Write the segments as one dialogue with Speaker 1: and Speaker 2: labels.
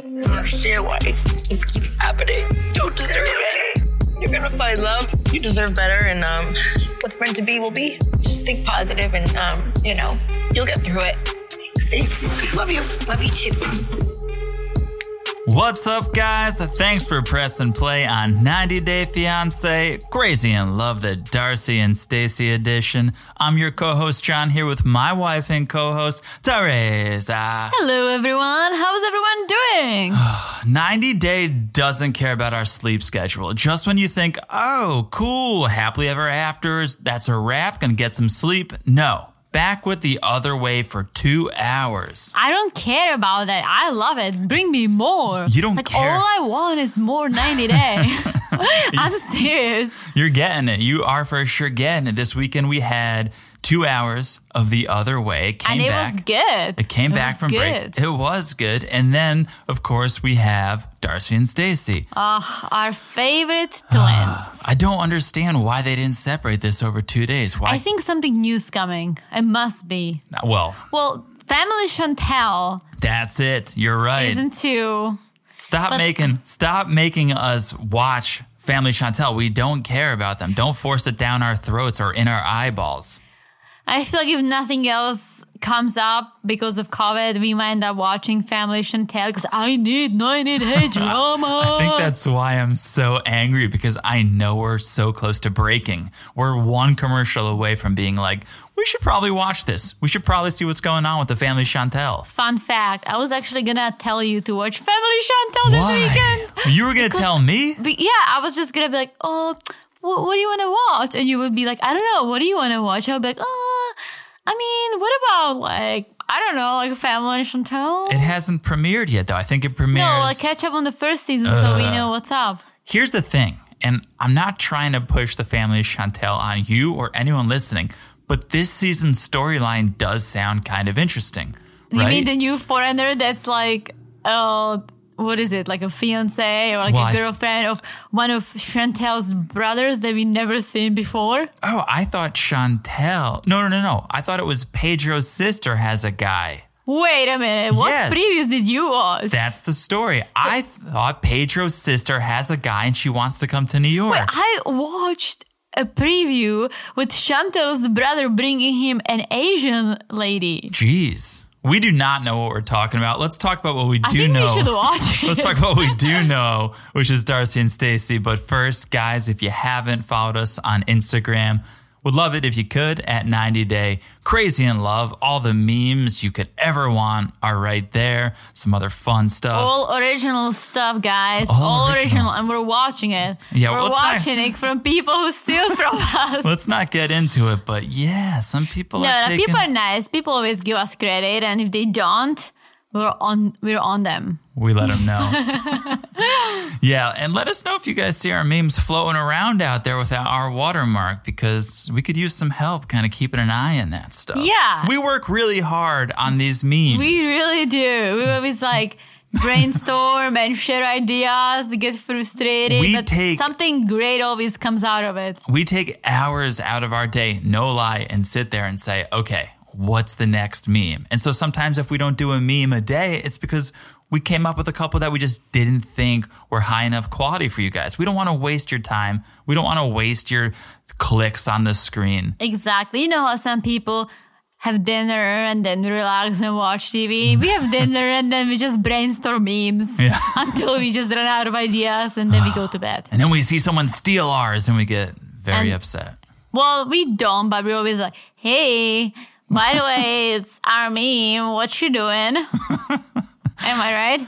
Speaker 1: to your wife. This keeps happening. You deserve it. You're gonna find love. You deserve better, and um, what's meant to be will be. Just think positive, and um, you know, you'll get through it. Thanks, Stacey. Love you. Love you too.
Speaker 2: What's up, guys? Thanks for pressing play on 90 Day Fiance Crazy in Love, the Darcy and Stacy edition. I'm your co host, John, here with my wife and co host, Teresa.
Speaker 3: Hello, everyone. How's everyone doing?
Speaker 2: 90 Day doesn't care about our sleep schedule. Just when you think, oh, cool, happily ever afters, that's a wrap, gonna get some sleep. No. Back with the other way for two hours.
Speaker 3: I don't care about that. I love it. Bring me more.
Speaker 2: You don't
Speaker 3: like,
Speaker 2: care.
Speaker 3: All I want is more 90 day. I'm serious.
Speaker 2: You're getting it. You are for sure getting it. This weekend we had two hours of the other way. It came
Speaker 3: and it
Speaker 2: back.
Speaker 3: was good.
Speaker 2: It came back
Speaker 3: was
Speaker 2: from
Speaker 3: good.
Speaker 2: break. It was good. And then, of course, we have Darcy and Stacy.
Speaker 3: Ugh, our favorite twins.
Speaker 2: I don't understand why they didn't separate this over two days. Why?
Speaker 3: I think something new's coming. It must be.
Speaker 2: well,
Speaker 3: Well, Family Chantel
Speaker 2: that's it. You're right.
Speaker 3: season two.
Speaker 2: stop making stop making us watch Family Chantel. We don't care about them. Don't force it down our throats or in our eyeballs.
Speaker 3: I feel like if nothing else comes up because of COVID, we might end up watching Family Chantel because I need 90 day drama.
Speaker 2: I think that's why I'm so angry because I know we're so close to breaking. We're one commercial away from being like, we should probably watch this. We should probably see what's going on with the family Chantel.
Speaker 3: Fun fact, I was actually gonna tell you to watch Family Chantel this
Speaker 2: Why?
Speaker 3: weekend.
Speaker 2: You were going to tell me?
Speaker 3: But yeah, I was just gonna be like, oh, wh- what do you wanna watch? And you would be like, I don't know, what do you wanna watch? I'll be like, oh, I mean, what about like, I don't know, like Family Chantel?
Speaker 2: It hasn't premiered yet, though. I think it premieres.
Speaker 3: no, like catch up on the first season so
Speaker 2: Uh,
Speaker 3: we know what's up.
Speaker 2: Here's the thing, and I'm not trying to push the family Chantel on you or anyone listening, but this season's storyline does sound kind of interesting.
Speaker 3: You
Speaker 2: right?
Speaker 3: mean the new foreigner that's like, oh, what is it? Like a fiance or like
Speaker 2: Why?
Speaker 3: a girlfriend of one of Chantel's brothers that we never seen before?
Speaker 2: Oh, I thought Chantel. No, no, no, no. I thought it was Pedro's sister has a guy.
Speaker 3: Wait a minute. What
Speaker 2: Yes.
Speaker 3: previews did you watch?
Speaker 2: That's the story. I thought Pedro's sister has a guy and she wants to come to New York.
Speaker 3: I watched a preview with Chantel's brother bringing him an Asian lady.
Speaker 2: Jeez. We do not know what we're talking about. Let's talk about what we
Speaker 3: I
Speaker 2: do
Speaker 3: think
Speaker 2: know.
Speaker 3: we should watch it.
Speaker 2: Let's talk about what we do know, which is Darcy and Stacy. But first, guys, if you haven't followed us on Instagram, would love it if you could at 90 Day Crazy in Love. All the memes you could ever want are right there. Some other fun stuff.
Speaker 3: all original stuff, guys.
Speaker 2: All
Speaker 3: All,
Speaker 2: original.
Speaker 3: original. and we're watching it.
Speaker 2: Yeah,
Speaker 3: we're
Speaker 2: well, let's not-
Speaker 3: watching it from people who steal from us.
Speaker 2: Let's not get into it, but yeah, some people
Speaker 3: No,
Speaker 2: are
Speaker 3: no,
Speaker 2: taking.
Speaker 3: people are nice. People always give us credit, and if they don't, we're on we're on them.
Speaker 2: we let them know. yeah, and let us know if you guys see our memes floating around out there without our watermark because we could use some help kind of keeping an eye on that stuff.
Speaker 3: Yeah.
Speaker 2: We work really hard on these memes.
Speaker 3: We really do. We're always like brainstorm and share ideas, get frustrated,
Speaker 2: We
Speaker 3: but
Speaker 2: take-
Speaker 3: something great always comes out of it.
Speaker 2: we take hours out of our day, no lie, and sit there and say, okay, what's the next meme? And so sometimes if we don't do a meme a day, it's because we came up with a couple that we just didn't think were high enough quality for you guys. We don't want to waste your time. We don't want to waste your clicks on the screen.
Speaker 3: Exactly. You know how some people have dinner and then relax and watch TV. We have dinner and then we just brainstorm memes
Speaker 2: Yeah.
Speaker 3: until we just run out of ideas and then we go to bed.
Speaker 2: And then we see someone steal ours and we get very
Speaker 3: And-
Speaker 2: upset.
Speaker 3: Well, we don't, but we're always like, hey, by the way, it's our meme. What you doing? Am I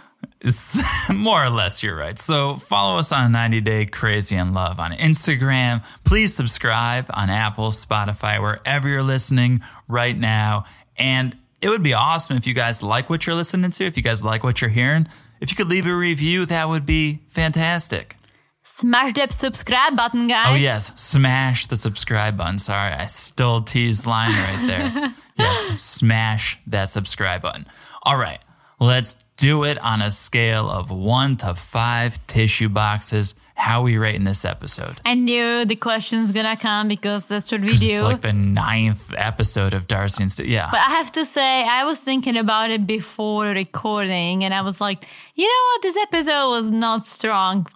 Speaker 3: right?
Speaker 2: More or less, you're right. So follow us on 90 Day Crazy in Love on Instagram. Please subscribe on Apple, Spotify, wherever you're listening right now. And it would be awesome if you guys like what you're listening to, if you guys like what you're hearing. If you could leave a review, that would be fantastic.
Speaker 3: Smash that subscribe button, guys.
Speaker 2: Oh, yes. Smash the subscribe button. Sorry, I still tease line right there. yes, smash that subscribe button. All right, let's do it on a scale of one to five tissue boxes. how we rate in this episode.
Speaker 3: I knew the question's gonna come because that's what we
Speaker 2: This
Speaker 3: do.
Speaker 2: is like the ninth episode of Darcy and St- Yeah.
Speaker 3: But I have to say, I was thinking about it before recording, and I was like, you know what? This episode was not strong.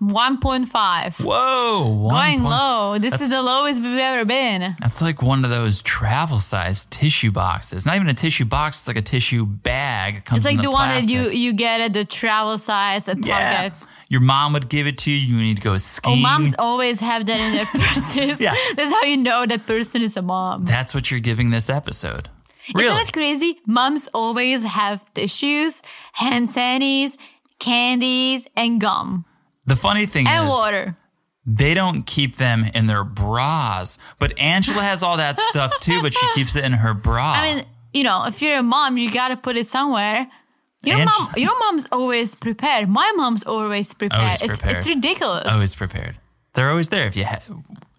Speaker 3: 1.5.
Speaker 2: Whoa. one
Speaker 3: Going
Speaker 2: point-
Speaker 3: low. This is
Speaker 2: That's-
Speaker 3: the lowest we've ever been.
Speaker 2: That's like one of those travel sized tissue boxes. Not even a tissue box, it's like a tissue bag. It comes
Speaker 3: It's like
Speaker 2: in
Speaker 3: the,
Speaker 2: the,
Speaker 3: one that you,
Speaker 2: plastic.
Speaker 3: you get at the travel size at
Speaker 2: Yeah.
Speaker 3: Target.
Speaker 2: Your mom would give it to you. You need to go
Speaker 3: Oh,
Speaker 2: skiing.
Speaker 3: moms always have that in their purses.
Speaker 2: Yeah.
Speaker 3: That's how you know that person is a mom.
Speaker 2: That's what you're giving this episode. Really?
Speaker 3: Isn't that crazy? Moms always have tissues, hand sanities, candies, and gum.
Speaker 2: the funny thing
Speaker 3: And
Speaker 2: is,
Speaker 3: water.
Speaker 2: they don't keep them in their bras. But Angela has all that stuff too, but she keeps it in her bra.
Speaker 3: I mean, you know, if you're a mom, you gotta put it somewhere. You know,
Speaker 2: And
Speaker 3: mom,
Speaker 2: she-
Speaker 3: you know, mom's always prepared. My mom's always prepared.
Speaker 2: Always
Speaker 3: it's,
Speaker 2: prepared.
Speaker 3: it's ridiculous.
Speaker 2: always prepared. They're always there. If you ha-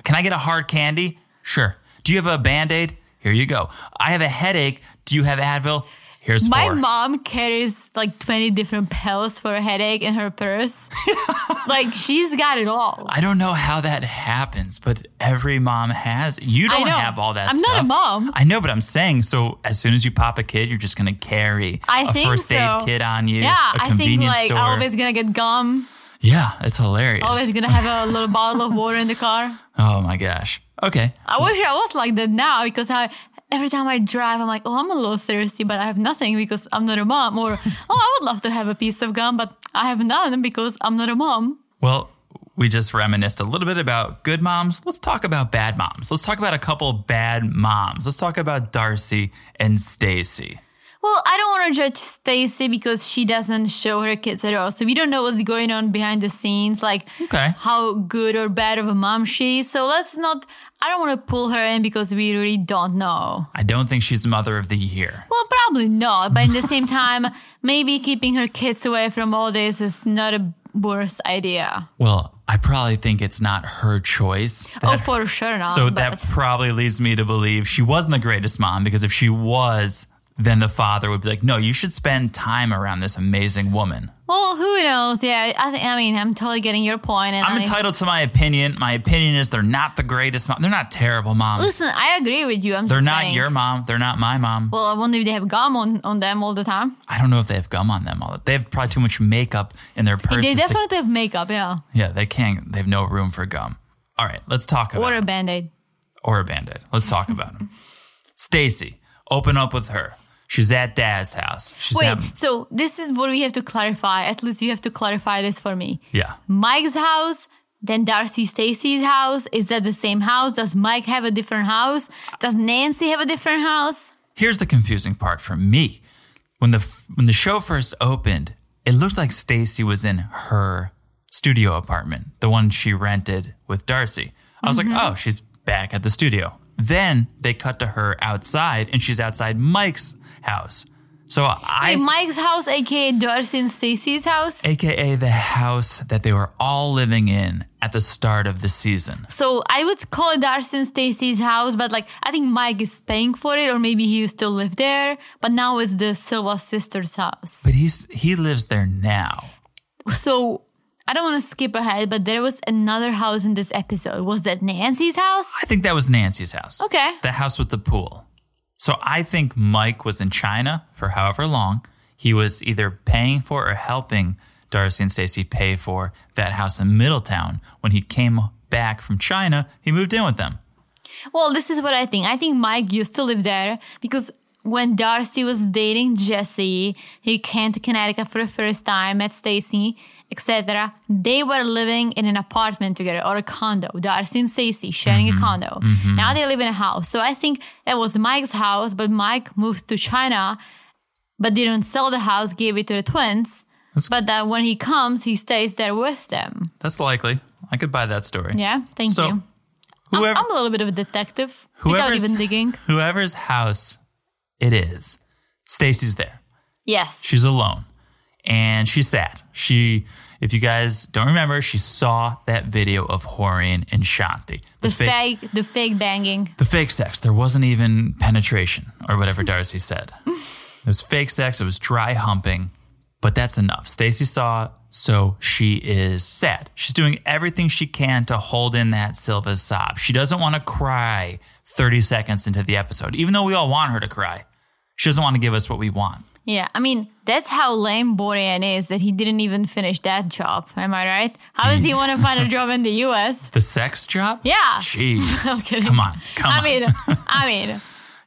Speaker 2: can, I get a hard candy? Sure. Do you have a band aid? Here you go. I have a headache. Do you have Advil? Here's
Speaker 3: My
Speaker 2: four.
Speaker 3: mom carries like 20 different pills for a headache in her purse. like, she's got it all.
Speaker 2: I don't know how that happens, but every mom has. You
Speaker 3: I
Speaker 2: don't
Speaker 3: know.
Speaker 2: have all that
Speaker 3: I'm not
Speaker 2: stuff.
Speaker 3: a mom.
Speaker 2: I know, but I'm saying so as soon as you pop a kid, you're just going to carry
Speaker 3: I
Speaker 2: a
Speaker 3: think
Speaker 2: first aid
Speaker 3: so.
Speaker 2: kit on you,
Speaker 3: Yeah,
Speaker 2: a
Speaker 3: I think
Speaker 2: convenience
Speaker 3: like
Speaker 2: store.
Speaker 3: always gonna get gum,
Speaker 2: yeah, it's hilarious.
Speaker 3: always gonna have a little bottle of water in the car.
Speaker 2: oh my gosh. Okay.
Speaker 3: I wish I was like that now because I every time I drive, I'm like, oh, I'm a little thirsty, but I have nothing because I'm not a mom. Or oh, I would love to have a piece of gum, but I have none because I'm not a mom.
Speaker 2: Well, we just reminisced a little bit about good moms. Let's talk about bad moms. Let's talk about a couple bad moms. Let's talk about Darcy and Stacy.
Speaker 3: Well, I don't want to judge Stacy because she doesn't show her kids at all, so we don't know what's going on behind the scenes, like
Speaker 2: Okay.
Speaker 3: how good or bad of a mom she is. So let's not. I don't want to pull her in because we really don't know.
Speaker 2: I don't think she's mother of the year.
Speaker 3: Well, probably not, but in the same time, maybe keeping her kids away from all this is not a worst idea.
Speaker 2: Well, I probably think it's not her choice.
Speaker 3: Oh,
Speaker 2: that-
Speaker 3: for sure not.
Speaker 2: so
Speaker 3: but
Speaker 2: that probably leads me to believe she wasn't the greatest mom because if she was, then the father would be like, "No, you should spend time around this amazing woman."
Speaker 3: well, who knows? Yeah, I think. I mean, I'm totally getting your point, and
Speaker 2: I'm
Speaker 3: I-
Speaker 2: entitled to my opinion. My opinion is they're not the greatest mom. They're not terrible moms.
Speaker 3: listen. I agree with you. I'm.
Speaker 2: they're
Speaker 3: just
Speaker 2: not
Speaker 3: saying.
Speaker 2: your mom. They're not my mom.
Speaker 3: Well, I wonder if they have gum on, on them all the time.
Speaker 2: I don't know if they have gum on them. All they have probably too much makeup in their purses.
Speaker 3: they
Speaker 2: to-
Speaker 3: definitely have makeup, yeah,
Speaker 2: yeah, they can't. They have no room for gum. All right, let's talk about
Speaker 3: or a
Speaker 2: it.
Speaker 3: band aid.
Speaker 2: or a bandit. Let's talk about him. Stacy, open up with her. She's at Dad's house. She's
Speaker 3: Wait,
Speaker 2: at
Speaker 3: so this is what we have to clarify. At least you have to clarify this for me.
Speaker 2: yeah.
Speaker 3: Mike's house, then Darcy Stacy's house. Is that the same house? Does Mike have a different house? Does Nancy have a different house?
Speaker 2: Here's the confusing part for me. When the when the show first opened, it looked like Stacy was in her studio apartment, the one she rented with Darcy. I was like, "Oh, she's back at the studio." Then they cut to her outside and she's outside Mike's house. So I
Speaker 3: Wait, Mike's house, aka Darcy and Stacy's house.
Speaker 2: aka the house that they were all living in at the start of the season.
Speaker 3: So I would call it Darcy and Stacy's house, but like I think Mike is paying for it, or maybe he used to live there, but now it's the Silva sisters' house.
Speaker 2: But he's he lives there now.
Speaker 3: So I don't want to skip ahead, but there was another house in this episode. Was that Nancy's house?
Speaker 2: I think that was Nancy's house.
Speaker 3: Okay.
Speaker 2: The house with the pool. So I think Mike was in China for however long. He was either paying for or helping Darcy and Stacy pay for that house in Middletown. When he came back from China, he moved in with them.
Speaker 3: Well, this is what I think. I think Mike used to live there because when Darcy was dating Jesse, he came to Connecticut for the first time, met Stacy, etc. They were living in an apartment together or a condo. Darcy and Stacy sharing
Speaker 2: Mm-hmm.
Speaker 3: a condo. Now they live in a house. So I think that was Mike's house, but Mike moved to China, but didn't sell the house, gave it to the twins. but that when he comes, he stays there with them.
Speaker 2: That's likely. I could buy that story.
Speaker 3: Yeah, thank
Speaker 2: So
Speaker 3: you. I'm-
Speaker 2: Whoever,
Speaker 3: I'm, a little bit of a detective without
Speaker 2: whoever's,
Speaker 3: even digging.
Speaker 2: whoever's house it is, Stacy's there.
Speaker 3: Yes.
Speaker 2: She's alone and she's sad. She, if you guys don't remember, she saw that video of Horian and Shanti.
Speaker 3: The
Speaker 2: fa-
Speaker 3: fake, the fake banging.
Speaker 2: the fake sex. There wasn't even penetration or whatever Darcy said. It was fake sex. It was dry humping, but that's enough. Stacy saw So she is sad. She's doing everything she can to hold in that Silva sob. She doesn't want to cry 30 seconds into the episode, even though we all want her to cry. She doesn't want to give us what we want.
Speaker 3: Yeah, I mean, that's how lame Borean is that he didn't even finish that job. Am I right? How does he want to find a job in the US?
Speaker 2: The sex job?
Speaker 3: Yeah.
Speaker 2: Jeez.
Speaker 3: I'm kidding.
Speaker 2: Come on. Come
Speaker 3: I
Speaker 2: on.
Speaker 3: mean, I mean,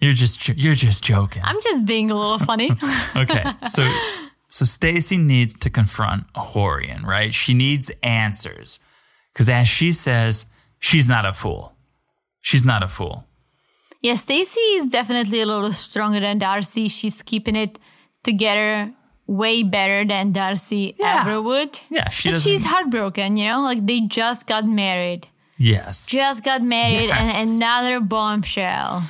Speaker 2: you're just you're just joking.
Speaker 3: I'm just being a little funny.
Speaker 2: okay. So so Stacy needs to confront Horian, right? She needs answers. Cuz as she says, she's not a fool. She's not a fool.
Speaker 3: yeah, Stacy is definitely a little stronger than Darcy. She's keeping it together way better than Darcy
Speaker 2: Yeah.
Speaker 3: ever would.
Speaker 2: Yeah, she
Speaker 3: and
Speaker 2: doesn't
Speaker 3: she's heartbroken, you know? Like they just got married.
Speaker 2: Yes.
Speaker 3: Just got married
Speaker 2: Yes.
Speaker 3: and another bombshell.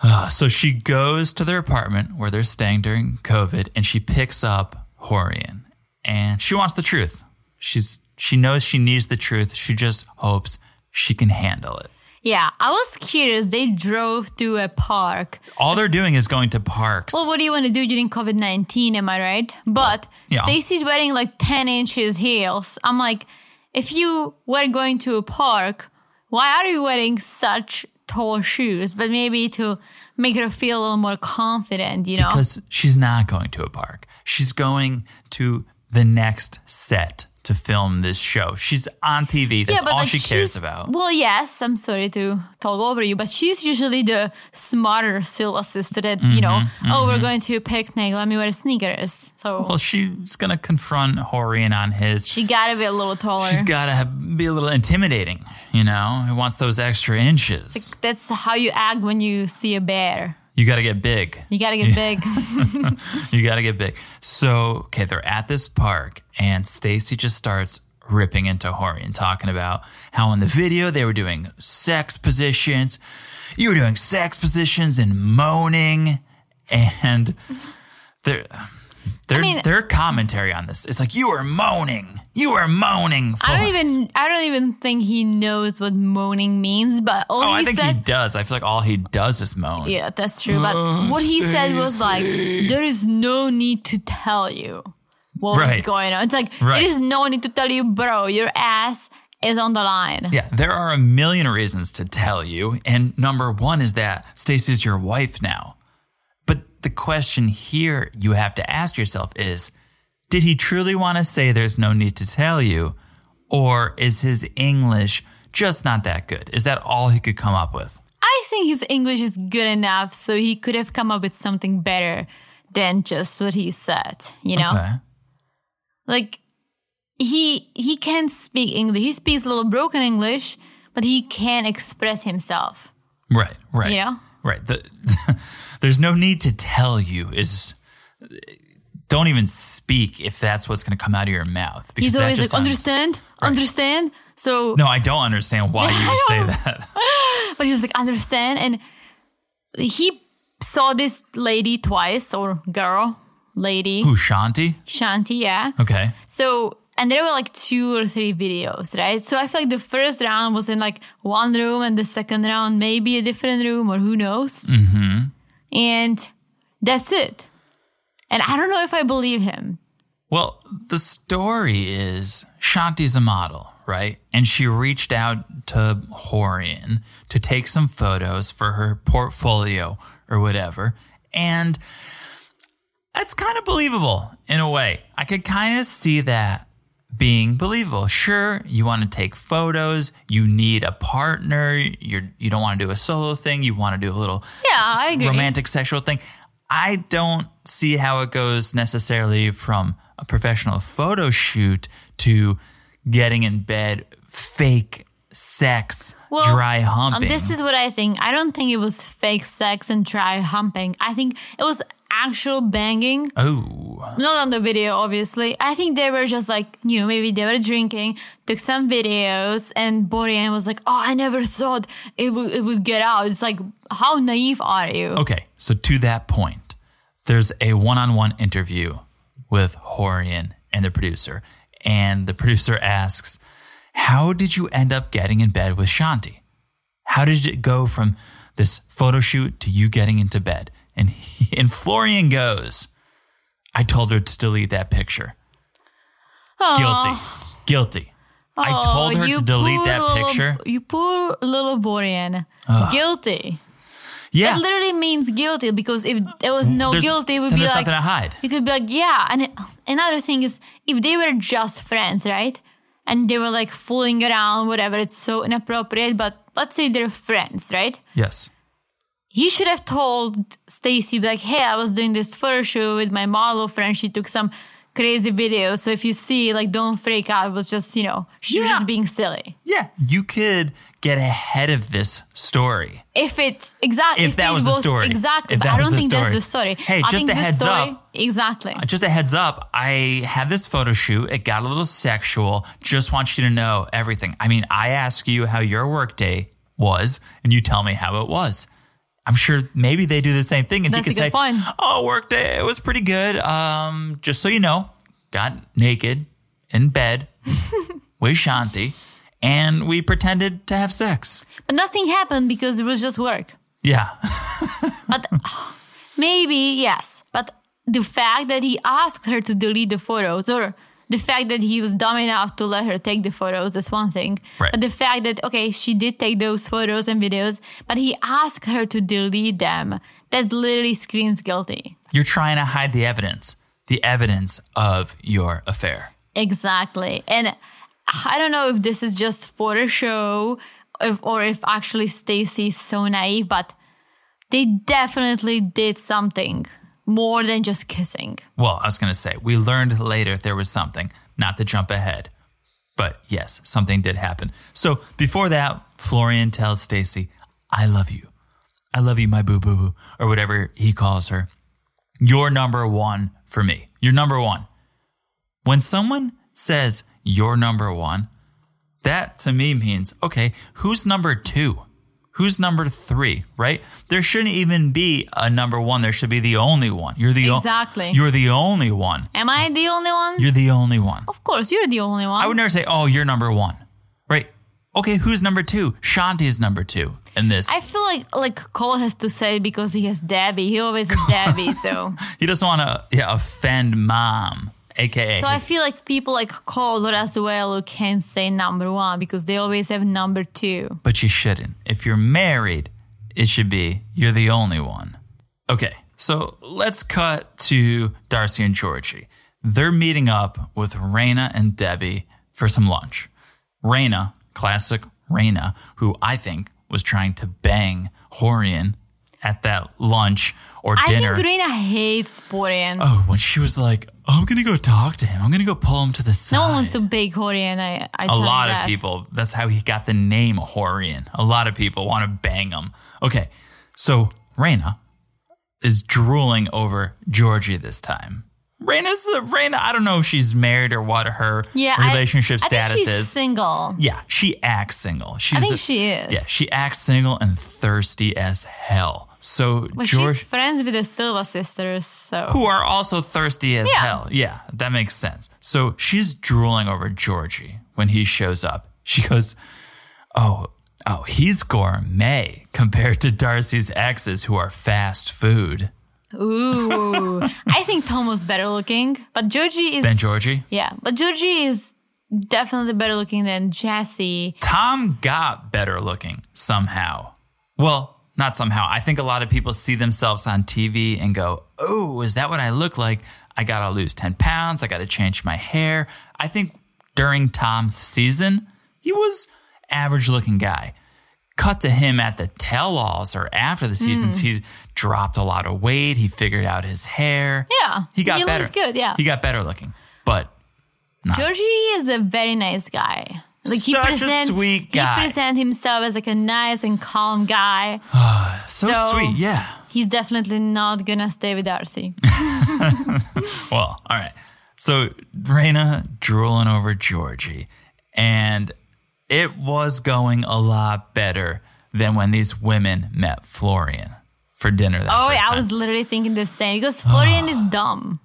Speaker 2: Uh, so she goes to their apartment where they're staying during COVID and she picks up Horian and she wants the truth. She's she knows she needs the truth. She just hopes she can handle it.
Speaker 3: Yeah, I was curious. They drove to a park.
Speaker 2: All they're doing is going to parks.
Speaker 3: Well, what do you want to do during COVID 19? Am I right? But
Speaker 2: Yeah.
Speaker 3: Stacy's wearing like 10 inches heels. I'm like, if you were going to a park, why are you wearing such tall shoes? But maybe to make her feel a little more confident, you know?
Speaker 2: because she's not going to a park. She's going to the next set to film this show. She's on TV. That's all
Speaker 3: like,
Speaker 2: she cares
Speaker 3: she's-
Speaker 2: about.
Speaker 3: Well, yes, I'm sorry to talk over you, but she's usually the smarter Silva sister that, you know,
Speaker 2: Mm-hmm,
Speaker 3: oh, we're going to a picnic, let me wear sneakers. So
Speaker 2: Well, she's going to confront Horian on his
Speaker 3: she gotta be a little taller.
Speaker 2: She's got to be a little intimidating, you know? Who wants those extra inches?
Speaker 3: That's how you act when you see a bear.
Speaker 2: you got to get big.
Speaker 3: You gotta get big.
Speaker 2: You got to get big. So, okay, they're at this park and Stacy just starts ripping into Hori and talking about how in the video they were doing sex positions. You were doing sex positions and moaning and their their
Speaker 3: mean-
Speaker 2: their commentary on this. It's like you were moaning. You were moaning.
Speaker 3: I don't
Speaker 2: for-"
Speaker 3: even. I don't even think he knows what moaning means. But all
Speaker 2: Oh,
Speaker 3: he
Speaker 2: I think
Speaker 3: said.
Speaker 2: he does. I feel like all he does is moan.
Speaker 3: yeah, that's true. But
Speaker 2: Oh,
Speaker 3: what he said was like, there is no need to tell you what was
Speaker 2: Right.
Speaker 3: going on. It's like
Speaker 2: Right.
Speaker 3: there is no need to tell you, bro. Your ass is on the line.
Speaker 2: Yeah, there are a million reasons to tell you, and number one is that Stacy's your wife now. But the question here you have to ask yourself is, did he truly want to say there's no need to tell you, or is his English just not that good? Is that all he could come up with?
Speaker 3: I think his English is good enough, so he could have come up with something better than just what he said. You know.
Speaker 2: Okay.
Speaker 3: like he he can speak english he speaks a little broken english but he can express himself
Speaker 2: Right, right.
Speaker 3: You know?
Speaker 2: Right. The, there's no need to tell you is don't even speak if that's what's going to come out of your mouth. Because
Speaker 3: he's
Speaker 2: that
Speaker 3: always like
Speaker 2: just sounds-
Speaker 3: understand
Speaker 2: Right.
Speaker 3: understand so
Speaker 2: No, I don't understand why you
Speaker 3: I
Speaker 2: would
Speaker 3: don't-
Speaker 2: say that.
Speaker 3: but he was like understand and he saw this lady twice or girl lady
Speaker 2: Who, Shanti?
Speaker 3: shanti yeah
Speaker 2: Okay.
Speaker 3: So, and there were like two or three videos, right? So I feel like the first round was in like one room and the second round maybe a different room or who knows. Mm-hmm. And that's it. And I don't know if I believe him.
Speaker 2: Well, the story is Shanti's a model, right? And she reached out to Horian to take some photos for her portfolio or whatever. And that's kind of believable in a way. I could kind of see that being believable. Sure, you want to take photos, you need a partner, you're you don't want to do a solo thing, you want to do a little
Speaker 3: Yeah, I agree.
Speaker 2: romantic sexual thing. I don't see how it goes necessarily from a professional photo shoot to getting in bed, fake sex,
Speaker 3: Well,
Speaker 2: dry
Speaker 3: Um,
Speaker 2: humping.
Speaker 3: this is what I think. I don't think it was fake sex and dry humping. I think it was actual banging.
Speaker 2: oh,
Speaker 3: Not on the video, obviously. I think they were just like, you know, maybe they were drinking, took some videos, and Borean was like, oh, I never thought it, would it would get out. It's like, how naive are you?
Speaker 2: okay. So to that point, there's a one-on-one interview with Horian and the producer, and the producer asks, "How did you end up getting in bed with Shanti? How did it go from this photo shoot to you getting into bed?" And he, and Florian goes, "I told her to delete that picture." Oh, Guilty. Guilty. I told her
Speaker 3: you
Speaker 2: to delete
Speaker 3: poor
Speaker 2: that
Speaker 3: little-
Speaker 2: picture.
Speaker 3: You poor little Borean. Guilty.
Speaker 2: Yeah. Mm,
Speaker 3: It literally means guilty because if there was no
Speaker 2: There's-
Speaker 3: guilty, it would
Speaker 2: then
Speaker 3: be
Speaker 2: there's
Speaker 3: like
Speaker 2: nothing to hide.
Speaker 3: You could be like, yeah. And another thing is, if they were just friends, right? And they were like fooling around, whatever. It's so inappropriate. But let's say they're friends, right?
Speaker 2: Yes.
Speaker 3: he should have told Stacy like, "Hey, I was doing this photo shoot with my model friend. She took some crazy video. So if you see, like, don't freak out. It was just, you know, she's
Speaker 2: Yeah.
Speaker 3: just being silly.
Speaker 2: Yeah. You could get ahead of this story.
Speaker 3: If it exactly
Speaker 2: If that
Speaker 3: it
Speaker 2: was the story.
Speaker 3: exactly.
Speaker 2: If
Speaker 3: But
Speaker 2: that
Speaker 3: I
Speaker 2: was
Speaker 3: don't
Speaker 2: the
Speaker 3: think that's
Speaker 2: story.
Speaker 3: the story.
Speaker 2: Hey,
Speaker 3: I
Speaker 2: just
Speaker 3: think
Speaker 2: a
Speaker 3: the
Speaker 2: heads
Speaker 3: story,
Speaker 2: up.
Speaker 3: Exactly.
Speaker 2: Just a heads up, I had this photo shoot. It got a little sexual. Just want you to know everything. I mean, I ask you how your work day was, and you tell me how it was. I'm sure maybe they do the same thing, and
Speaker 3: That's
Speaker 2: he could
Speaker 3: a
Speaker 2: say,
Speaker 3: good point.
Speaker 2: "Oh, work day, it was pretty good. Um, just so you know, got naked in bed with Shanti, and we pretended to have sex.
Speaker 3: but nothing happened because it was just work.
Speaker 2: Yeah,
Speaker 3: But maybe yes. But the fact that he asked her to delete the photos, or the fact that he was dumb enough to let her take the photos, is one thing.
Speaker 2: Right.
Speaker 3: But the fact that okay, she did take those photos and videos, but he asked her to delete them. That literally screams guilty.
Speaker 2: you're trying to hide the evidence, the evidence of your affair."
Speaker 3: Exactly. And I don't know if this is just for a show if, or if actually Stacy is so naive, but they definitely did something more than just kissing.
Speaker 2: Well, I was going to say, we learned later there was something, not to jump ahead. But yes, something did happen. So before that, Florian tells Stacy, I love you. I love you, my boo boo boo, or whatever he calls her. You're number one for me. You're number one. When someone says you're number one, that to me means, okay, who's number two? Who's number three, right? There shouldn't even be a number one. There should be the only one. You're the o-
Speaker 3: Exactly.
Speaker 2: you're the only one.
Speaker 3: Am I the only one?
Speaker 2: You're the only one.
Speaker 3: of course, you're the only one.
Speaker 2: I would never say, oh, you're number one, right? Okay, who's number two? Shanti is number two in this.
Speaker 3: I feel like like Cole has to say it because he has Debbie. He always has Debbie. So
Speaker 2: he doesn't want to yeah, offend mom, aka.
Speaker 3: so I feel like people like Cole or Azuelo can't say number one because they always have number two.
Speaker 2: but you shouldn't. If you're married, it should be you're the only one. Okay, so let's cut to Darcy and Georgie. They're meeting up with Raina and Debbie for some lunch. Raina, classic Raina, who I think was trying to bang Horian at that lunch or
Speaker 3: I
Speaker 2: dinner.
Speaker 3: think Rina hates Borean.
Speaker 2: oh, when she was like, "Oh, I'm gonna go talk to him. I'm gonna go pull him to the side.
Speaker 3: no one wants to bake Korean. I, I
Speaker 2: A
Speaker 3: tell you
Speaker 2: lot
Speaker 3: that.
Speaker 2: of people. That's how he got the name Horian. A lot of people want to bang him. Okay, so Reina is drooling over Georgie this time. Reina's the Reina. I don't know if she's married or what her
Speaker 3: Yeah, I-
Speaker 2: relationship
Speaker 3: I
Speaker 2: status
Speaker 3: think she's
Speaker 2: is.
Speaker 3: Single.
Speaker 2: yeah, she acts single. She's
Speaker 3: I think she is.
Speaker 2: Yeah, she acts single and thirsty as hell. So
Speaker 3: but
Speaker 2: George,
Speaker 3: she's friends with the Silva sisters. So
Speaker 2: who are also thirsty as
Speaker 3: Yeah.
Speaker 2: hell. Yeah, that makes sense. So she's drooling over Georgie when he shows up. She goes, Oh, oh, he's gourmet compared to Darcy's exes who are fast food.
Speaker 3: ooh, I think Tom was better looking, but Georgie is
Speaker 2: Then Georgie.
Speaker 3: Yeah, but Georgie is definitely better looking than Jesse.
Speaker 2: Tom got better looking somehow. Well, not somehow. I think a lot of people see themselves on TV and go, Oh, is that what I look like? I gotta lose 10 pounds. I gotta change my hair. I think during Tom's season, he was average looking guy. Cut to him at the tell alls or after the seasons,
Speaker 3: Hmm.
Speaker 2: he dropped a lot of weight. He figured out his hair.
Speaker 3: Yeah,
Speaker 2: He got
Speaker 3: he
Speaker 2: better.
Speaker 3: looked good, yeah.
Speaker 2: He got better looking. But
Speaker 3: Georgie is a very nice guy. Like he
Speaker 2: Such a
Speaker 3: present,
Speaker 2: sweet guy.
Speaker 3: He present himself as like a nice and calm guy.
Speaker 2: so
Speaker 3: So-
Speaker 2: sweet. Yeah.
Speaker 3: He's definitely not gonna stay with Darcy.
Speaker 2: Well, all right. So Raina drooling over Georgie, and it was going a lot better than when these women met Florian for dinner. That
Speaker 3: Oh,
Speaker 2: first
Speaker 3: yeah, I
Speaker 2: time.
Speaker 3: was literally thinking the same because Florian is dumb.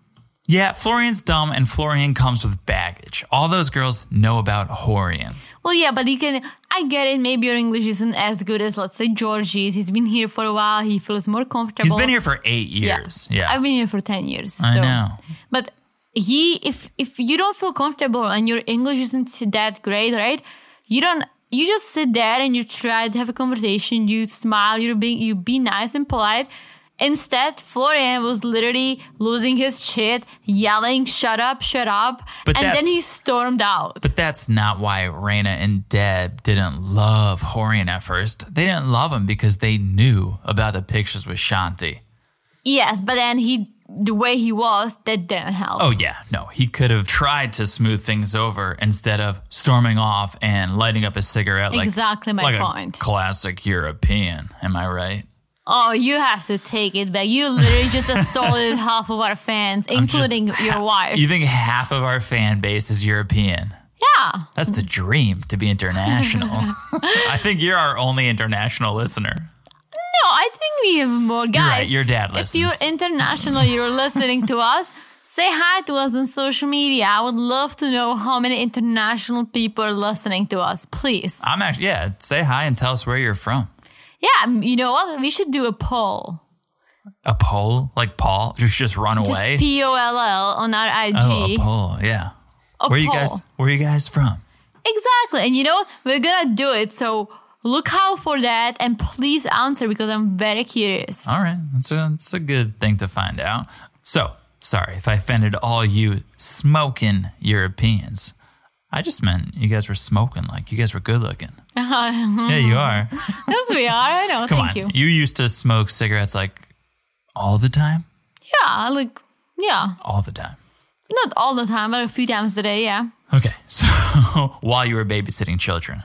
Speaker 2: yeah. Florian's dumb, and Florian comes with baggage. All those girls know about Horian.
Speaker 3: Well, yeah, but you can. I get it. Maybe your English isn't as good as let's say Georgie's. He's been here for a while. He feels more comfortable.
Speaker 2: He's been here for eight years. Yeah,
Speaker 3: I've been here for ten years.
Speaker 2: I
Speaker 3: so.
Speaker 2: know.
Speaker 3: But he if if you don't feel comfortable and your english isn't that great right you don't you just sit there and you try to have a conversation you smile you're being you be nice and polite instead florian was literally losing his shit yelling shut up shut up
Speaker 2: But
Speaker 3: and then
Speaker 2: that's-
Speaker 3: he stormed out
Speaker 2: But that's not why Raina and Deb didn't love Horian at first. They didn't love him because they knew about the pictures with Shanti.
Speaker 3: yes but then he the way he was that didn't help
Speaker 2: Oh, yeah, no, he could have tried to smooth things over instead of storming off and lighting up a cigarette like,
Speaker 3: Exactly my
Speaker 2: like a
Speaker 3: point.
Speaker 2: classic European. Am I right?
Speaker 3: Oh, you have to take it back. You literally just assaulted half of our fans,
Speaker 2: I'm just-
Speaker 3: including your wife.
Speaker 2: You think half of our fan base is European?
Speaker 3: yeah.
Speaker 2: That's the dream to be international. I think you're our only international listener.
Speaker 3: No, I think we have more guys.
Speaker 2: right, your dad
Speaker 3: If
Speaker 2: listens.
Speaker 3: you're international, you're listening to us. Say hi to us on social media. I would love to know how many international people are listening to us, please.
Speaker 2: I'm actually, yeah, say hi and tell us where you're from.
Speaker 3: Yeah, m- you know what? We should do a poll.
Speaker 2: A poll? Like Paul? Just just run
Speaker 3: Just
Speaker 2: away?
Speaker 3: P O L L on our IG.
Speaker 2: oh, a poll, yeah.
Speaker 3: A
Speaker 2: where you
Speaker 3: poll.
Speaker 2: guys where you guys from?
Speaker 3: Exactly. And you know, what? we're gonna do it. So look out for that and please answer because I'm very curious.
Speaker 2: All right. That's a that's a good thing to find out. So, sorry if I offended all you smoking Europeans. I just meant you guys were smoking, like you guys were good looking. yeah, you are.
Speaker 3: yes, we are. I know.
Speaker 2: Come
Speaker 3: Thank
Speaker 2: on.
Speaker 3: you.
Speaker 2: used to smoke cigarettes like all the time?
Speaker 3: Yeah, like, yeah.
Speaker 2: All the time.
Speaker 3: Not all the time, but a few times a day, yeah.
Speaker 2: Okay. So while you were babysitting children.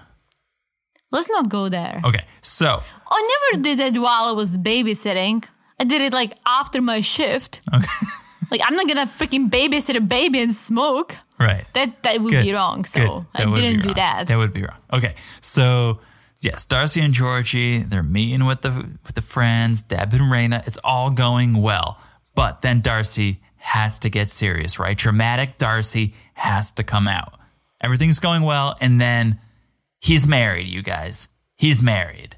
Speaker 3: Let's not go there.
Speaker 2: Okay. So
Speaker 3: I never did it while I was babysitting. I did it like after my shift.
Speaker 2: Okay.
Speaker 3: like, I'm not gonna freaking babysit a baby and smoke.
Speaker 2: Right.
Speaker 3: That that would
Speaker 2: Good.
Speaker 3: be wrong.
Speaker 2: Good.
Speaker 3: So I
Speaker 2: That would be
Speaker 3: didn't do
Speaker 2: wrong.
Speaker 3: that.
Speaker 2: That would be wrong. Okay, so yes, Darcy and Georgie, they're meeting with the with the friends, Deb and Raina. It's all going well, but then Darcy has to get serious, right? Dramatic Darcy has to come out. Everything's going well, and then he's married. You guys, he's married.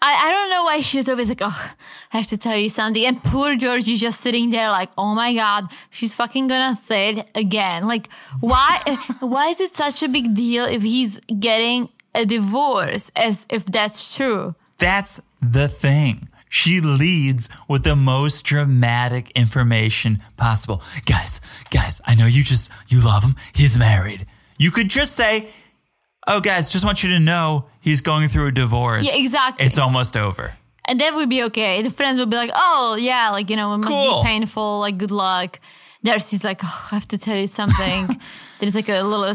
Speaker 3: I, I don't know why she's always like, oh, I have to tell you something. And poor Georgie just sitting there like, oh my God, she's fucking gonna say it again. Like, why, why is it such a big deal if he's getting a divorce as if that's true?
Speaker 2: That's the thing. She leads with the most dramatic information possible. Guys, guys, I know you just you love him. He's married. You could just say, "Oh guys, just want you to know he's going through a divorce.
Speaker 3: Yeah, exactly.
Speaker 2: It's almost over."
Speaker 3: And that would be okay. The friends would be like, oh, yeah, like, you know, it must
Speaker 2: Cool.
Speaker 3: be painful. Like, good luck. There's she's like, oh, I have to tell you something. There's like a little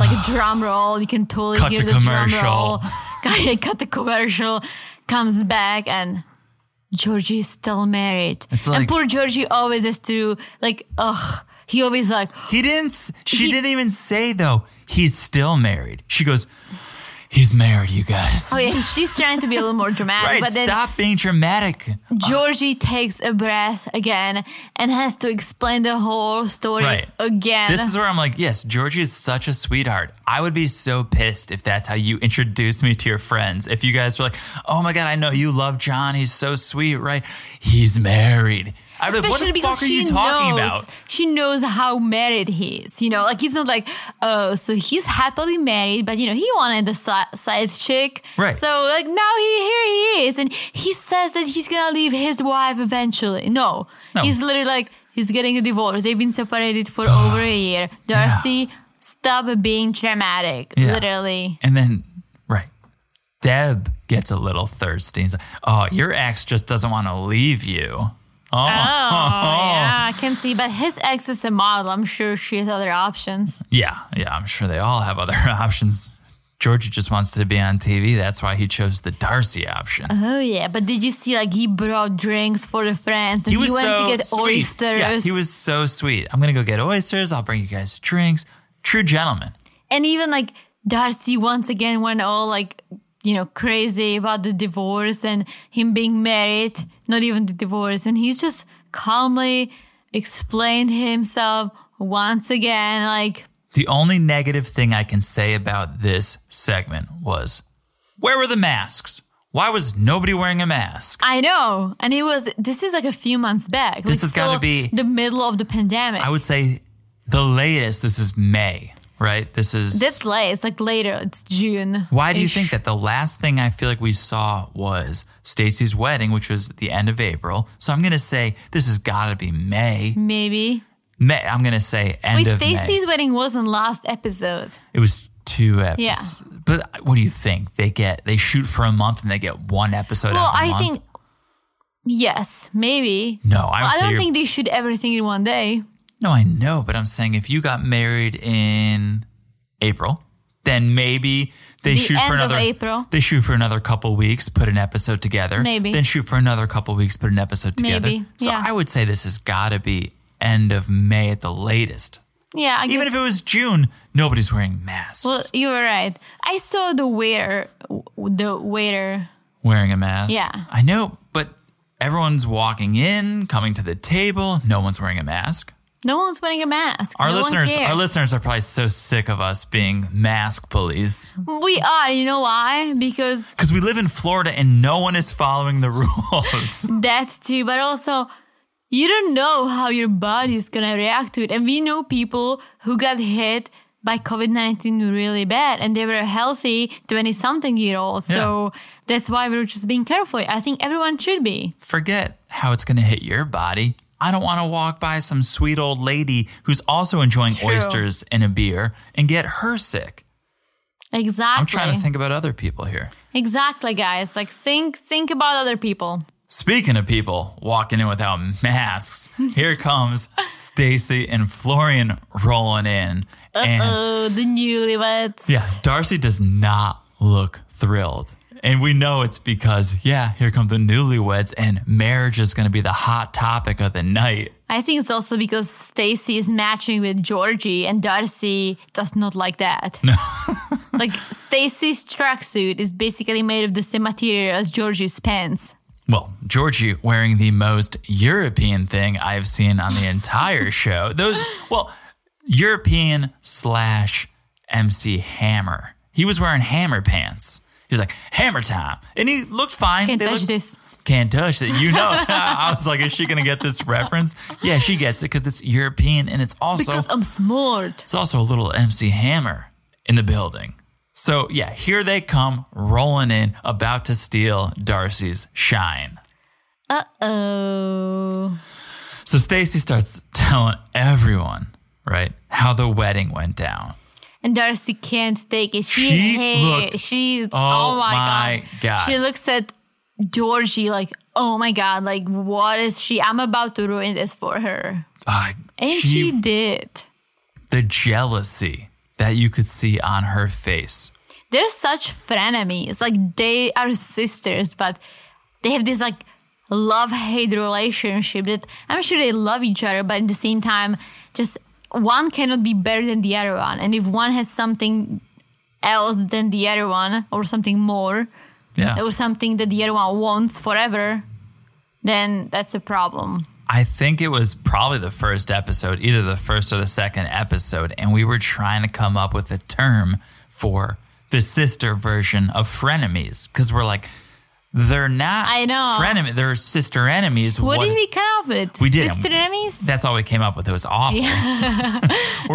Speaker 3: like a drum roll. You can totally
Speaker 2: Cut
Speaker 3: hear
Speaker 2: to
Speaker 3: the
Speaker 2: commercial.
Speaker 3: drum roll. Guy cut the commercial, comes back, and Georgie is still married.
Speaker 2: It's like-
Speaker 3: and poor Georgie always has to, like, ugh. He always like,
Speaker 2: He didn't s- she
Speaker 3: He-
Speaker 2: didn't even say though, he's still married. She goes, "He's married, you guys."
Speaker 3: oh yeah, she's trying to be a little more dramatic,
Speaker 2: right,
Speaker 3: but then
Speaker 2: stop being dramatic.
Speaker 3: Georgie takes a breath again and has to explain the whole story
Speaker 2: Right.
Speaker 3: again.
Speaker 2: This is where I'm like, yes, Georgie is such a sweetheart. I would be so pissed if that's how you introduce me to your friends. If you guys were like, oh my God, I know you love John. He's so sweet, right? He's married. I would be like, what
Speaker 3: Especially
Speaker 2: the
Speaker 3: because
Speaker 2: fuck are
Speaker 3: she
Speaker 2: you talking
Speaker 3: knows
Speaker 2: about?
Speaker 3: she knows how married he is. You know, like he's not like oh, so he's happily married, but you know he wanted the si- side chick,
Speaker 2: Right.
Speaker 3: So like now he here he is, and he says that he's gonna leave his wife eventually. No,
Speaker 2: No.
Speaker 3: he's literally like he's getting a divorce. They've been separated for over a year. Darcy, stop being dramatic.
Speaker 2: Yeah.
Speaker 3: Literally,
Speaker 2: And then, right, Deb gets a little thirsty. He's like, oh, your ex just doesn't want to leave you.
Speaker 3: Oh, yeah, I can see. But his ex is a model. I'm sure she has other options.
Speaker 2: Yeah, yeah, I'm sure they all have other options. Georgie just wants to be on TV. That's why he chose the Darcy option.
Speaker 3: Oh yeah, but did you see like he brought drinks for the friends and he, went to get
Speaker 2: sweet.
Speaker 3: oysters.
Speaker 2: Yeah, he was so sweet. I'm gonna go get oysters. I'll bring you guys drinks. True gentleman.
Speaker 3: and even like Darcy once again went all like you know crazy about the divorce and him being married, not even the divorce, and he's just calmly explained himself once again like
Speaker 2: The only negative thing I can say about this segment was, where were the masks? Why was nobody wearing a mask?
Speaker 3: I know, and it was. This is like a few months back.
Speaker 2: This
Speaker 3: like
Speaker 2: has gotta
Speaker 3: still
Speaker 2: be-
Speaker 3: the middle of the pandemic.
Speaker 2: I would say the latest, this is May, right? This is.
Speaker 3: That's late. It's like later. It's June.
Speaker 2: why do you think that the last thing I feel like we saw was Stacy's wedding, which was the end of April? So I'm going to say this has got to be May.
Speaker 3: Maybe.
Speaker 2: May. I'm going to say end
Speaker 3: Wait,
Speaker 2: of May.
Speaker 3: Stacy's wedding wasn't last episode.
Speaker 2: It was two episodes.
Speaker 3: Yeah.
Speaker 2: But what do you think? They get they shoot for a month and they get one episode.
Speaker 3: Well,
Speaker 2: out of the
Speaker 3: I
Speaker 2: month?
Speaker 3: think yes, maybe.
Speaker 2: no. I, would
Speaker 3: I
Speaker 2: say
Speaker 3: don't
Speaker 2: you're-
Speaker 3: think they shoot everything in one day.
Speaker 2: No, I know, but I'm saying if you got married in April, then maybe they
Speaker 3: The
Speaker 2: shoot
Speaker 3: end
Speaker 2: for
Speaker 3: of
Speaker 2: another
Speaker 3: April.
Speaker 2: They shoot for another couple weeks, put an episode together.
Speaker 3: Maybe.
Speaker 2: Then shoot for another couple weeks, put an episode together.
Speaker 3: Maybe,
Speaker 2: So
Speaker 3: yeah.
Speaker 2: I would say this has got to be end of May at the latest.
Speaker 3: Yeah, I
Speaker 2: Even
Speaker 3: guess.
Speaker 2: if it was June, nobody's wearing masks.
Speaker 3: well, you were right. I saw the waiter, the waiter.
Speaker 2: wearing a mask.
Speaker 3: Yeah.
Speaker 2: I know, but everyone's walking in, coming to the table, no one's wearing a mask.
Speaker 3: No one's wearing a mask.
Speaker 2: Our
Speaker 3: no
Speaker 2: listeners
Speaker 3: one cares.
Speaker 2: our listeners are probably so sick of us being mask police.
Speaker 3: we are. You know why? Because
Speaker 2: Because we live in Florida and no one is following the rules.
Speaker 3: That too, but also you don't know how your body is gonna react to it. And we know people who got hit by COVID 19 really bad and they were healthy 20 something year olds. So that's why we're just being careful. I think everyone should be.
Speaker 2: Forget how it's going to hit your body. I don't want to walk by some sweet old lady who's also enjoying
Speaker 3: True.
Speaker 2: oysters and a beer and get her sick.
Speaker 3: Exactly.
Speaker 2: I'm trying to think about other people here.
Speaker 3: Exactly, guys. Like think think about other people.
Speaker 2: Speaking of people walking in without masks, here comes Stacy and Florian rolling in. And
Speaker 3: Oh, the newlyweds.
Speaker 2: Yeah, Darcy does not look thrilled. And we know it's because, yeah, here come the newlyweds, and marriage is going to be the hot topic of the night.
Speaker 3: I think it's also because Stacy is matching with Georgie and Darcy does not like that. No. like Stacy's tracksuit is basically made of the same material as Georgie's pants.
Speaker 2: Well, Georgie wearing the most European thing I've seen on the entire show. Those, well, European slash MC Hammer. He was wearing hammer pants. He was like, hammer time. And he looked fine.
Speaker 3: Can't
Speaker 2: They
Speaker 3: touch
Speaker 2: looked-
Speaker 3: this.
Speaker 2: can't touch it. You know, I was like, is she going to get this reference? Yeah, she gets it because it's European and it's also
Speaker 3: Because I'm smart.
Speaker 2: it's also a little MC Hammer in the building. So yeah, here they come rolling in, about to steal Darcy's shine.
Speaker 3: Uh-oh.
Speaker 2: So Stacy starts telling everyone, right, how the wedding went down.
Speaker 3: And Darcy can't take it. She,
Speaker 2: She
Speaker 3: hates
Speaker 2: looked-
Speaker 3: She's
Speaker 2: oh
Speaker 3: oh, my,
Speaker 2: my
Speaker 3: god.
Speaker 2: God.
Speaker 3: She looks at Georgie like, oh my god, like what is she? I'm about to ruin this for her.
Speaker 2: Uh,
Speaker 3: And
Speaker 2: she-
Speaker 3: she did.
Speaker 2: the jealousy that you could see on her face
Speaker 3: they're such frenemies. Like they are sisters, but they have this like love hate relationship that I'm sure they love each other, but at the same time, just one cannot be better than the other one. And if one has something else than the other one, or something more,
Speaker 2: Yeah.
Speaker 3: or something that the other one wants forever, then that's a problem.
Speaker 2: I think it was probably the first episode, either the first or the second episode, and we were trying to come up with a term for the sister version of frenemies because we're like, they're not.
Speaker 3: I know.
Speaker 2: frenemy. They're sister enemies.
Speaker 3: What, did we come up with?
Speaker 2: We didn't.
Speaker 3: Sister enemies?
Speaker 2: That's all we came up with. It was awful. we're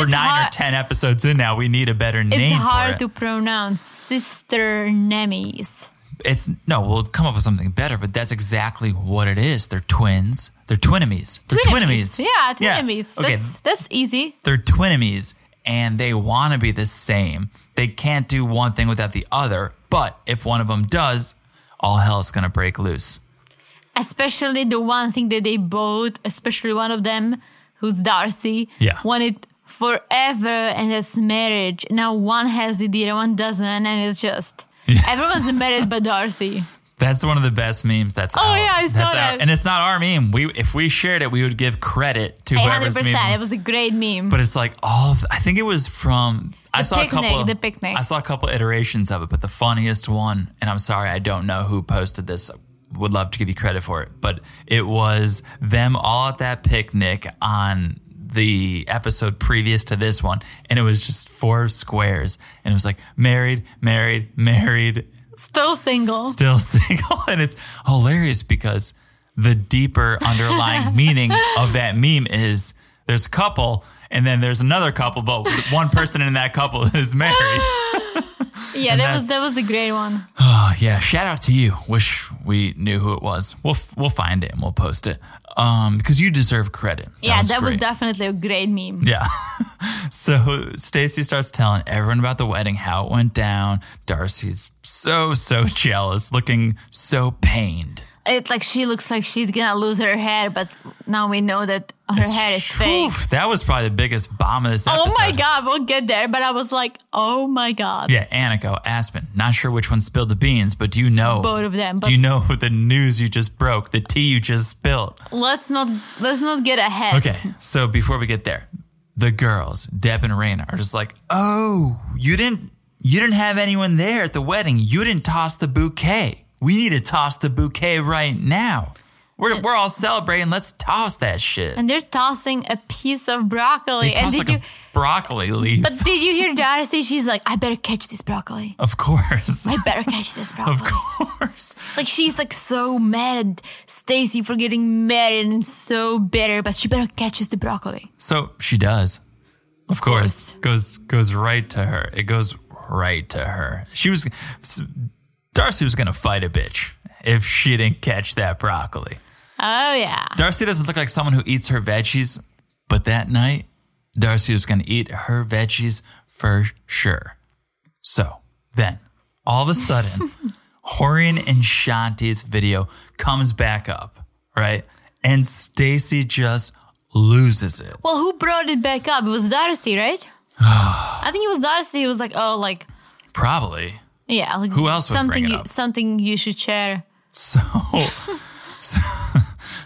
Speaker 2: nine or
Speaker 3: hard-
Speaker 2: ten episodes in now. We need a better name
Speaker 3: It's hard
Speaker 2: for
Speaker 3: to
Speaker 2: it.
Speaker 3: pronounce. Sister enemies.
Speaker 2: It's no. We'll come up with something better, but that's exactly what it is. They're twins. They're twinimies. They're twinimies.
Speaker 3: Yeah, twinimies.
Speaker 2: Okay,
Speaker 3: That's that's easy.
Speaker 2: they're twinimies and they want to be the same. They can't do one thing without the other, but if one of them does, all hell's going to break loose.
Speaker 3: Especially the one thing that they both, especially one of them, who's Darcy,
Speaker 2: Yeah.
Speaker 3: wanted forever, and that's marriage. Now one has it, the other one doesn't, and it's just everyone's married but Darcy.
Speaker 2: That's one of the best memes that's
Speaker 3: Oh,
Speaker 2: out.
Speaker 3: yeah, I
Speaker 2: that's
Speaker 3: saw
Speaker 2: out.
Speaker 3: that.
Speaker 2: And it's not our meme. We if we shared it, we would give credit to
Speaker 3: hundred
Speaker 2: whoever's
Speaker 3: percent.
Speaker 2: meme.
Speaker 3: It was a great meme.
Speaker 2: but it's like all of, I think it was from I saw
Speaker 3: picnic,
Speaker 2: a couple
Speaker 3: Mm-hmm. the picnic.
Speaker 2: I saw a couple iterations of it, but the funniest one, and I'm sorry I don't know who posted this. Would love to give you credit for it, but it was them all at that picnic on the episode previous to this one, and it was just four squares, and it was like married, married, married,
Speaker 3: Still single.
Speaker 2: still single, and it's hilarious because the deeper underlying meaning of that meme is there's a couple, and then there's another couple, but one person in that couple is married.
Speaker 3: Yeah, that was that was a great one.
Speaker 2: Oh yeah, shout out to you. Wish we knew who it was. We'll we'll find it and we'll post it. Um, because you deserve credit.
Speaker 3: yeah, that was
Speaker 2: great.
Speaker 3: definitely a great meme.
Speaker 2: Yeah. so Stacy starts telling everyone about the wedding, how it went down. Darcy's so so jealous, looking so pained.
Speaker 3: It's like she looks like she's gonna lose her hair, but now we know that her hair is fake.
Speaker 2: Oof, that was probably the biggest bomb of this episode.
Speaker 3: Oh my god, we'll get there. But I was like, oh my god,
Speaker 2: Yeah, Annika, Aspen. Not sure which one spilled the beans, but do you know?
Speaker 3: both of them. But
Speaker 2: do you know the news you just broke? The tea you just spilled.
Speaker 3: let's not let's not get ahead.
Speaker 2: Okay, so before we get there, the girls, Deb and Raina, are just like, "Oh, you didn't, you didn't have anyone there at the wedding. You didn't toss the bouquet. We need to toss the bouquet right now. We're we're all celebrating. Let's toss that shit."
Speaker 3: And they're tossing a piece of broccoli.
Speaker 2: they
Speaker 3: and
Speaker 2: toss
Speaker 3: did
Speaker 2: like
Speaker 3: you
Speaker 2: a broccoli leaf.
Speaker 3: But did you hear Darcy? She's like, I better catch this broccoli.
Speaker 2: of course,
Speaker 3: I better catch this broccoli.
Speaker 2: of course.
Speaker 3: Like she's like so mad at Stacy for getting married and so bitter, but she better catches the broccoli.
Speaker 2: So she does. Of course.
Speaker 3: course.
Speaker 2: Goes goes right to her. It goes right to her. She was Darcy was gonna fight a bitch if she didn't catch that broccoli.
Speaker 3: Oh yeah.
Speaker 2: Darcy doesn't look like someone who eats her veggies, but that night, Darcy was gonna eat her veggies for sure. So then, all of a sudden, Horian and Shanti's video comes back up, right? And Stacy just loses it.
Speaker 3: Well, who brought it back up? It was Darcy, right? I think it was Darcy. It was like, oh, like
Speaker 2: Probably.
Speaker 3: yeah, like
Speaker 2: Who else would bring
Speaker 3: something
Speaker 2: it
Speaker 3: you,
Speaker 2: up?
Speaker 3: something you should share.
Speaker 2: So, so,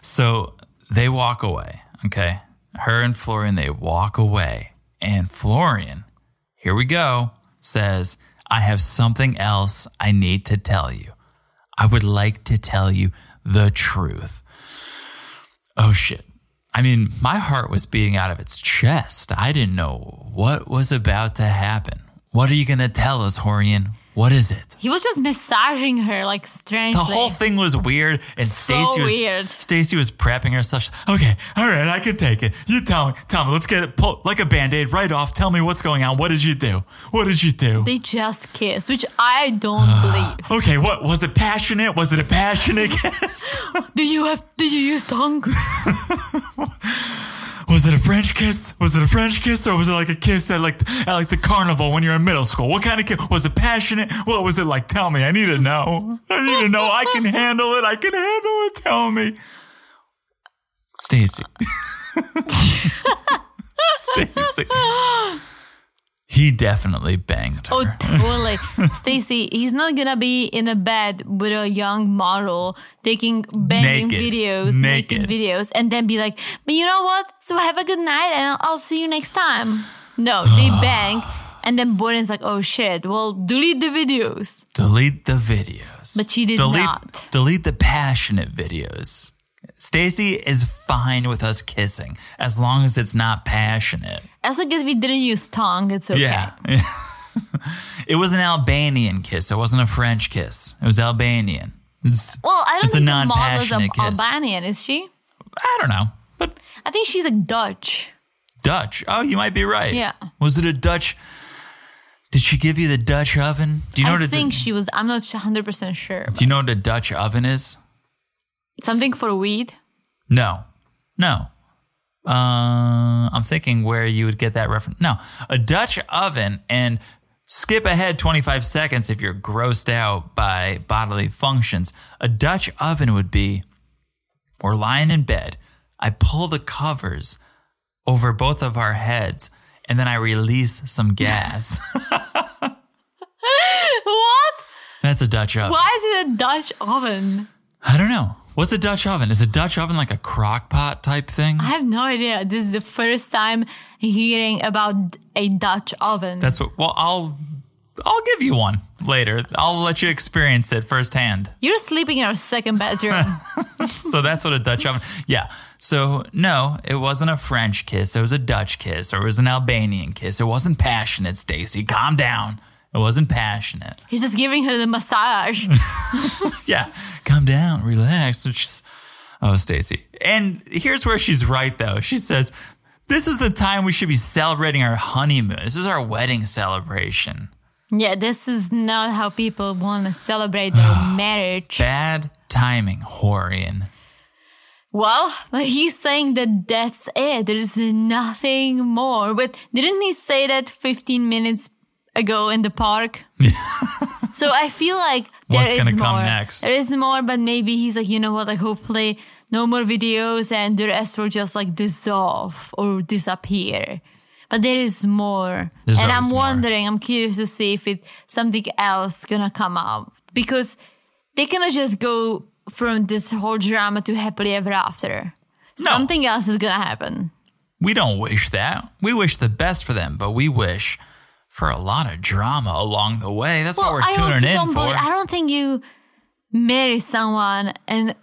Speaker 2: so they walk away. Okay. Her and Florian, they walk away. And Florian, here we go, says, I have something else I need to tell you. I would like to tell you the truth. Oh, shit. I mean, my heart was beating out of its chest. I didn't know what was about to happen. What are you going to tell us, Horian? What is it?
Speaker 3: He was just massaging her like strangely.
Speaker 2: The whole thing was weird, and Stacy was
Speaker 3: weird.
Speaker 2: Stacy was prepping herself. She's, Okay, all right, I can take it. You tell me, tell me. Let's get it pulled like a band aid right off. Tell me what's going on. What did you do? What did you do?
Speaker 3: they just kissed, which I don't believe.
Speaker 2: okay, what was it? Passionate? Was it a passionate kiss?
Speaker 3: Do you have? Do you use tongue?
Speaker 2: was it a French kiss? Was it a French kiss, or was it like a kiss at like at like the carnival when you're in middle school? What kind of kiss? Was it passionate? What was it like? Tell me. I need to know. I need to know. I can handle it. I can handle it. Tell me, Stacy. Stacy. He definitely banged her.
Speaker 3: Oh, totally. Stacy, he's not gonna be in a bed with a young model taking banging
Speaker 2: Naked.
Speaker 3: videos, naked.
Speaker 2: Naked.
Speaker 3: videos, and then be like, but you know what? So have a good night and I'll see you next time. No, they bang. And then Boren's like, oh shit, well, delete the videos.
Speaker 2: Delete the videos.
Speaker 3: But she did
Speaker 2: delete,
Speaker 3: not.
Speaker 2: Delete the passionate videos. Stacy is fine with us kissing as long as it's not passionate.
Speaker 3: As long as we didn't use tongue, it's okay.
Speaker 2: Yeah. it was an Albanian kiss. It wasn't a French kiss. It was Albanian. It's,
Speaker 3: Well, I don't
Speaker 2: It's a
Speaker 3: think the model is
Speaker 2: non-passionate
Speaker 3: Al-
Speaker 2: kiss.
Speaker 3: Albanian, is she?
Speaker 2: I don't know. But
Speaker 3: I think she's like Dutch.
Speaker 2: Dutch. Oh, you might be right.
Speaker 3: Yeah.
Speaker 2: Was it a Dutch? Did she give you the Dutch oven? Do you know
Speaker 3: I
Speaker 2: what
Speaker 3: think
Speaker 2: the,
Speaker 3: she was, I'm not 100% sure.
Speaker 2: Do you know what a Dutch oven is?
Speaker 3: Something for weed?
Speaker 2: No. No. Uh, I'm thinking where you would get that reference. No, a Dutch oven and skip ahead 25 seconds if you're grossed out by bodily functions. A Dutch oven would be we're lying in bed. I pull the covers over both of our heads and then I release some gas.
Speaker 3: What?
Speaker 2: That's a Dutch oven.
Speaker 3: Why is it a Dutch oven?
Speaker 2: I don't know. What's a Dutch oven? Is a Dutch oven like a crock pot type thing?
Speaker 3: I have no idea. This is the first time hearing about a Dutch oven.
Speaker 2: That's what. Well, I'll I'll give you one later. I'll let you experience it firsthand.
Speaker 3: You're sleeping in our second bedroom.
Speaker 2: So that's what a Dutch oven. Yeah. So no, it wasn't a French kiss. It was a Dutch kiss, or it was an Albanian kiss. It wasn't passionate, Stacy. Calm down. It wasn't passionate.
Speaker 3: He's just giving her the massage.
Speaker 2: Yeah. Calm down. Relax. It's just- oh, Stacy. And here's where she's right though. She says This is the time we should be celebrating our honeymoon. This is our wedding celebration.
Speaker 3: Yeah, this is not how people want to celebrate their marriage.
Speaker 2: Bad timing, Horian.
Speaker 3: Well, but he's saying that that's it. There's nothing more. But didn't he say that 15 minutes ago in the park? so I feel like there
Speaker 2: What's
Speaker 3: is
Speaker 2: gonna come
Speaker 3: more.
Speaker 2: next?
Speaker 3: There is more, but maybe he's like, you know what? Like, hopefully, no more videos, and the rest will just like dissolve or disappear. But there is more,
Speaker 2: There's
Speaker 3: and I'm
Speaker 2: always more.
Speaker 3: wondering. I'm curious to see if it something else gonna come out because they cannot just go from this whole drama to happily ever after.
Speaker 2: No.
Speaker 3: Something else is gonna happen.
Speaker 2: We don't wish that. We wish the best for them, but we wish for a lot of drama along the way. That's what we're tuning in
Speaker 3: don't
Speaker 2: for.
Speaker 3: believe- I don't think you marry someone and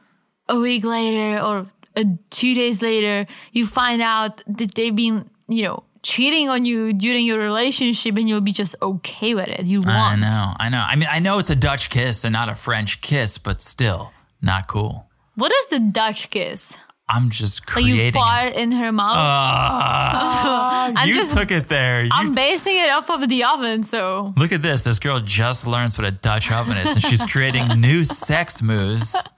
Speaker 3: a week later or uh, two days later you find out that they've been, you know, cheating on you during your relationship, and you'll be just okay with it. You
Speaker 2: I
Speaker 3: want.
Speaker 2: know, I know. I mean, I know it's a Dutch kiss and not a French kiss, but still not cool.
Speaker 3: What is the Dutch kiss?
Speaker 2: I'm just
Speaker 3: Like
Speaker 2: creating.
Speaker 3: you fart in her mouth.
Speaker 2: Ah,
Speaker 3: I'm
Speaker 2: you
Speaker 3: just-
Speaker 2: took it there. You
Speaker 3: I'm basing it off of the oven, so
Speaker 2: Look at this. This girl just learns what a Dutch oven is, and she's creating new sex moves.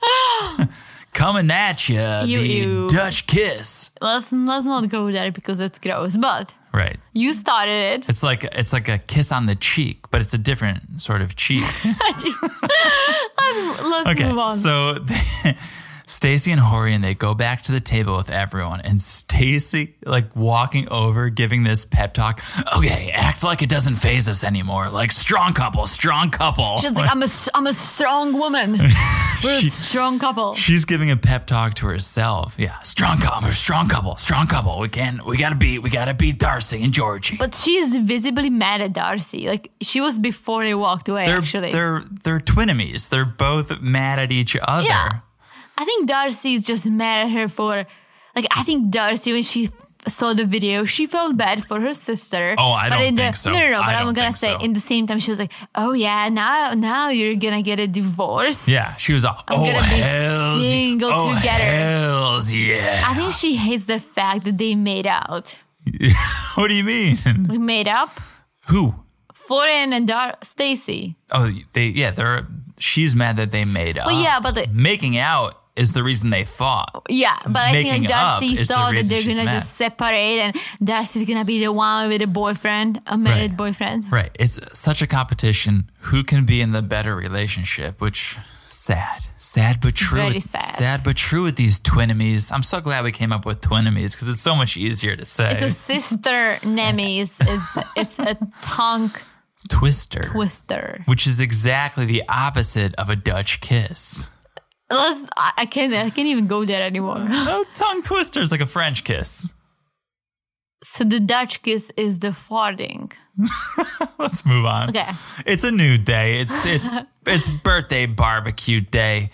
Speaker 2: Coming at you, the
Speaker 3: Ew, ew.
Speaker 2: Dutch kiss.
Speaker 3: let's let's not go there because that's gross. But
Speaker 2: Right.
Speaker 3: you started it.
Speaker 2: It's like it's like a kiss on the cheek, but it's a different sort of cheek.
Speaker 3: Let's
Speaker 2: Okay.
Speaker 3: move on.
Speaker 2: So Stacy and Horian they go back to the table with everyone, and Stacy like walking over, giving this pep talk. Okay, act like it doesn't phase us anymore. Like strong couple, strong couple.
Speaker 3: She's like, I'm a, I'm a strong woman. We're a strong couple.
Speaker 2: She's giving a pep talk to herself. Yeah, strong couple, strong couple, strong couple. We can, we gotta beat, we gotta beat Darcy and Georgie.
Speaker 3: But she is visibly mad at Darcy. Like she was before they walked away.
Speaker 2: they're
Speaker 3: actually,
Speaker 2: they're they're twinimies. They're both mad at each other.
Speaker 3: Yeah. I think Darcy is just mad at her for, like, I think Darcy when she saw the video, she felt bad for her sister.
Speaker 2: Oh, I
Speaker 3: But
Speaker 2: don't
Speaker 3: in the,
Speaker 2: think so.
Speaker 3: No, no, no.
Speaker 2: I
Speaker 3: But
Speaker 2: don't
Speaker 3: I'm gonna
Speaker 2: think
Speaker 3: say,
Speaker 2: so.
Speaker 3: in the same time, she was like, "Oh yeah, now now you're gonna get a divorce."
Speaker 2: Yeah, she was all, oh
Speaker 3: gonna be
Speaker 2: hells,
Speaker 3: single
Speaker 2: oh
Speaker 3: together."
Speaker 2: hells,
Speaker 3: I
Speaker 2: yeah.
Speaker 3: think she hates the fact that they made out.
Speaker 2: what do you mean?
Speaker 3: We made up.
Speaker 2: Who?
Speaker 3: Florian and Dar- Stacy.
Speaker 2: Oh, they yeah, they're. She's mad that they made up.
Speaker 3: yeah, but the-
Speaker 2: making out is the reason they fought.
Speaker 3: Yeah, but I think
Speaker 2: making
Speaker 3: like
Speaker 2: up
Speaker 3: Darcy
Speaker 2: is the
Speaker 3: thought that
Speaker 2: reason
Speaker 3: they're
Speaker 2: she's
Speaker 3: gonna
Speaker 2: mad.
Speaker 3: just separate, and Darcy's gonna be the one with a boyfriend, a married
Speaker 2: Right.
Speaker 3: boyfriend.
Speaker 2: Right. It's such a competition. Who can be in the better relationship? Which sad, sad but true.
Speaker 3: Very sad.
Speaker 2: but true with these twinimies. I'm so glad we came up with twinimies because it's so much easier to say.
Speaker 3: Because sister Nemes is it's a tongue
Speaker 2: Twister,
Speaker 3: twister.
Speaker 2: which is exactly the opposite of a Dutch kiss.
Speaker 3: Let's, I, I can't I can't even go there anymore.
Speaker 2: A tongue twister is like a French kiss.
Speaker 3: So the Dutch kiss is the farting.
Speaker 2: Let's move on.
Speaker 3: Okay.
Speaker 2: It's a new day. It's it's it's birthday barbecue day.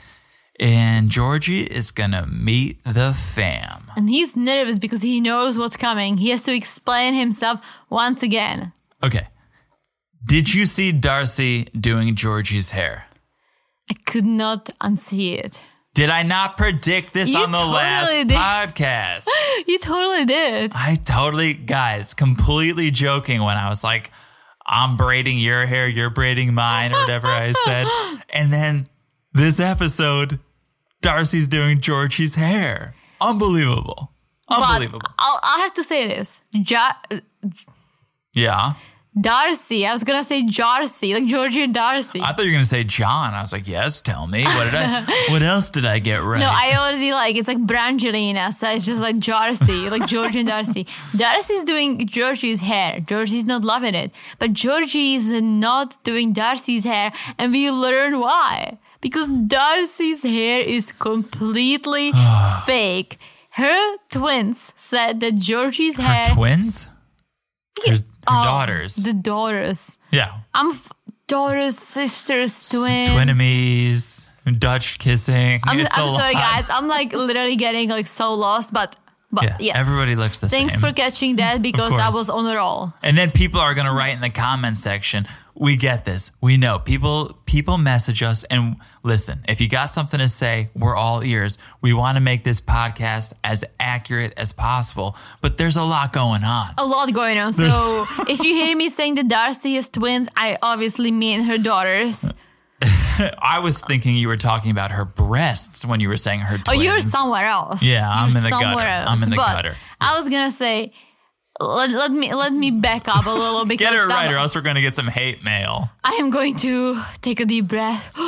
Speaker 2: And Georgie is gonna meet the fam.
Speaker 3: And he's nervous because he knows what's coming. He has to explain himself once again.
Speaker 2: Okay. Did you see Darcy doing Georgie's hair?
Speaker 3: I could not unsee it.
Speaker 2: Did I not predict this
Speaker 3: You
Speaker 2: on the
Speaker 3: totally
Speaker 2: last
Speaker 3: did.
Speaker 2: podcast?
Speaker 3: You totally did.
Speaker 2: I totally, guys, completely joking when I was like, I'm braiding your hair, you're braiding mine, or whatever I said. And then this episode, Darcy's doing Georgie's hair. Unbelievable. Unbelievable.
Speaker 3: But I'll, I'll have to say this. Ja-
Speaker 2: yeah.
Speaker 3: Darcy. I was gonna say Jarcy, like Georgia Darcy.
Speaker 2: I thought you were going to say John. I was like, yes, tell me. What did I, what else did I get right?
Speaker 3: no, I already like it's like Brangelina, so it's just like Jarcy, like Georgia Darcy. Darcy's doing Georgie's hair. Georgie's not loving it, but Georgie is not doing Darcy's hair, and we learn why because Darcy's hair is completely fake. Her twins said that Georgie's hair,
Speaker 2: her twins? Her, her
Speaker 3: Oh,
Speaker 2: daughters.
Speaker 3: the daughters,
Speaker 2: yeah.
Speaker 3: I'm f- daughters, sisters, twins,
Speaker 2: Twinimies, Dutch kissing.
Speaker 3: I'm,
Speaker 2: It's
Speaker 3: I'm
Speaker 2: a lot.
Speaker 3: sorry, guys. I'm like literally getting like so lost, but But
Speaker 2: Yeah,
Speaker 3: yes.
Speaker 2: everybody looks the
Speaker 3: Thanks
Speaker 2: same.
Speaker 3: for catching that because I
Speaker 2: course.
Speaker 3: was on a roll.
Speaker 2: And then people are going to write in the comment section, "We get this. We know." People people message us and listen. If you got something to say, we're all ears. We want to make this podcast as accurate as possible, but there's a lot going on.
Speaker 3: A lot going on. So if you hear me saying that Darcy is twins, I obviously mean her daughters.
Speaker 2: I was thinking you were talking about her breasts when you were saying her
Speaker 3: Oh,
Speaker 2: twins.
Speaker 3: you're somewhere else.
Speaker 2: Yeah, I'm
Speaker 3: You're
Speaker 2: in the gutter.
Speaker 3: somewhere
Speaker 2: I'm in the
Speaker 3: but
Speaker 2: gutter.
Speaker 3: I was gonna say, let, let me let me back up a little because
Speaker 2: Get it
Speaker 3: some-
Speaker 2: right, or else we're going to get some hate mail.
Speaker 3: I am going to take a deep breath.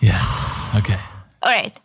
Speaker 2: Yes. Okay.
Speaker 3: All right.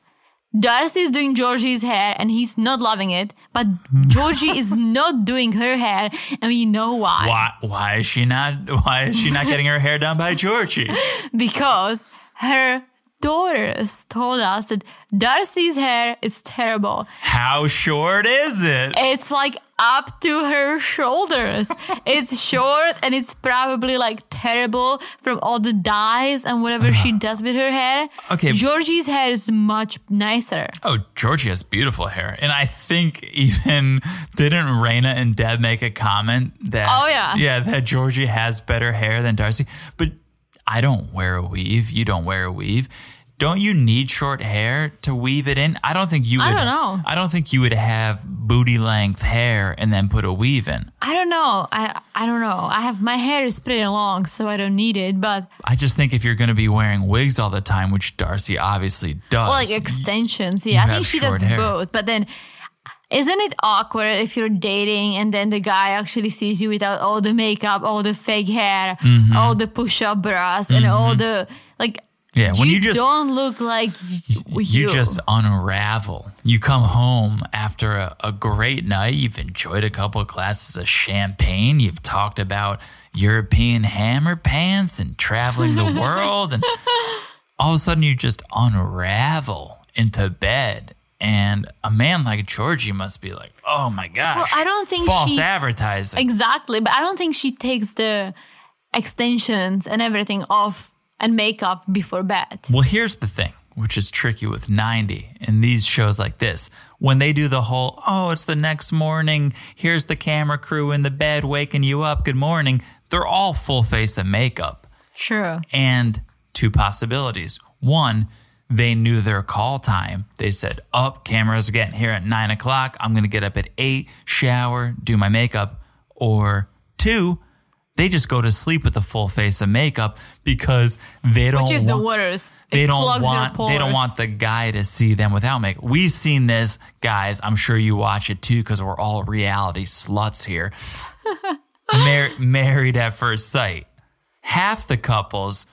Speaker 3: Darcy is doing Georgie's hair and he's not loving it, but Georgie is not doing her hair, and we know why.
Speaker 2: Why? Why is she not? Why is she not getting her hair done by Georgie?
Speaker 3: Because her daughters told us that Darcy's hair is terrible.
Speaker 2: How short is it?
Speaker 3: It's like up to her shoulders. it's short and it's probably like terrible from all the dyes and whatever she does with her hair.
Speaker 2: Okay.
Speaker 3: Georgie's hair is much nicer.
Speaker 2: Oh, Georgie has beautiful hair. And I think even didn't Raina and Deb make a comment that
Speaker 3: Oh, yeah.
Speaker 2: Yeah, that Georgie has better hair than Darcy. But I don't wear a weave. You don't wear a weave. Don't you need short hair to weave it in? I don't think you would
Speaker 3: I don't know.
Speaker 2: I don't think you would have booty length hair and then put a weave in.
Speaker 3: I don't know. I I don't know. I have my hair is pretty long, so I don't need it. But
Speaker 2: I just think if you're gonna be wearing wigs all the time, which Darcy obviously does.
Speaker 3: like extensions, yeah. I
Speaker 2: have
Speaker 3: think she does
Speaker 2: short hair.
Speaker 3: both. But then, isn't it awkward if you're dating and then the guy actually sees you without all the makeup, all the fake hair,
Speaker 2: Mm-hmm.
Speaker 3: all the push-up bras, and all the like?
Speaker 2: Yeah, when you just-
Speaker 3: don't look like you.
Speaker 2: you just unravel. You come home after a, a great night. You've enjoyed a couple of glasses of champagne. You've talked about European hammer pants and traveling the world. And all of a sudden, you just unravel into bed. And a man like Georgie must be like, oh my gosh.
Speaker 3: I don't think
Speaker 2: false
Speaker 3: she-
Speaker 2: advertising.
Speaker 3: Exactly, but I don't think she takes the extensions and everything off and makeup before bed.
Speaker 2: Well, here's the thing, which is tricky with 90 and these shows like this. When they do the whole, oh, it's the next morning, here's the camera crew in the bed waking you up, good morning, they're all full face of makeup.
Speaker 3: Sure.
Speaker 2: And two possibilities. One, they knew their call time. They said, up, cameras getting here at nine o'clock. I'm going to get up at eight, shower, do my makeup. Or two, they just go to sleep with a full face of makeup because they don't.
Speaker 3: Which is the
Speaker 2: want-
Speaker 3: worst.
Speaker 2: they
Speaker 3: It
Speaker 2: don't
Speaker 3: clogs your
Speaker 2: want they don't
Speaker 3: pores.
Speaker 2: want the guy to see them without makeup. We've seen this, guys. I'm sure you watch it too because we're all reality sluts here. Mar- married at first sight. Half the couples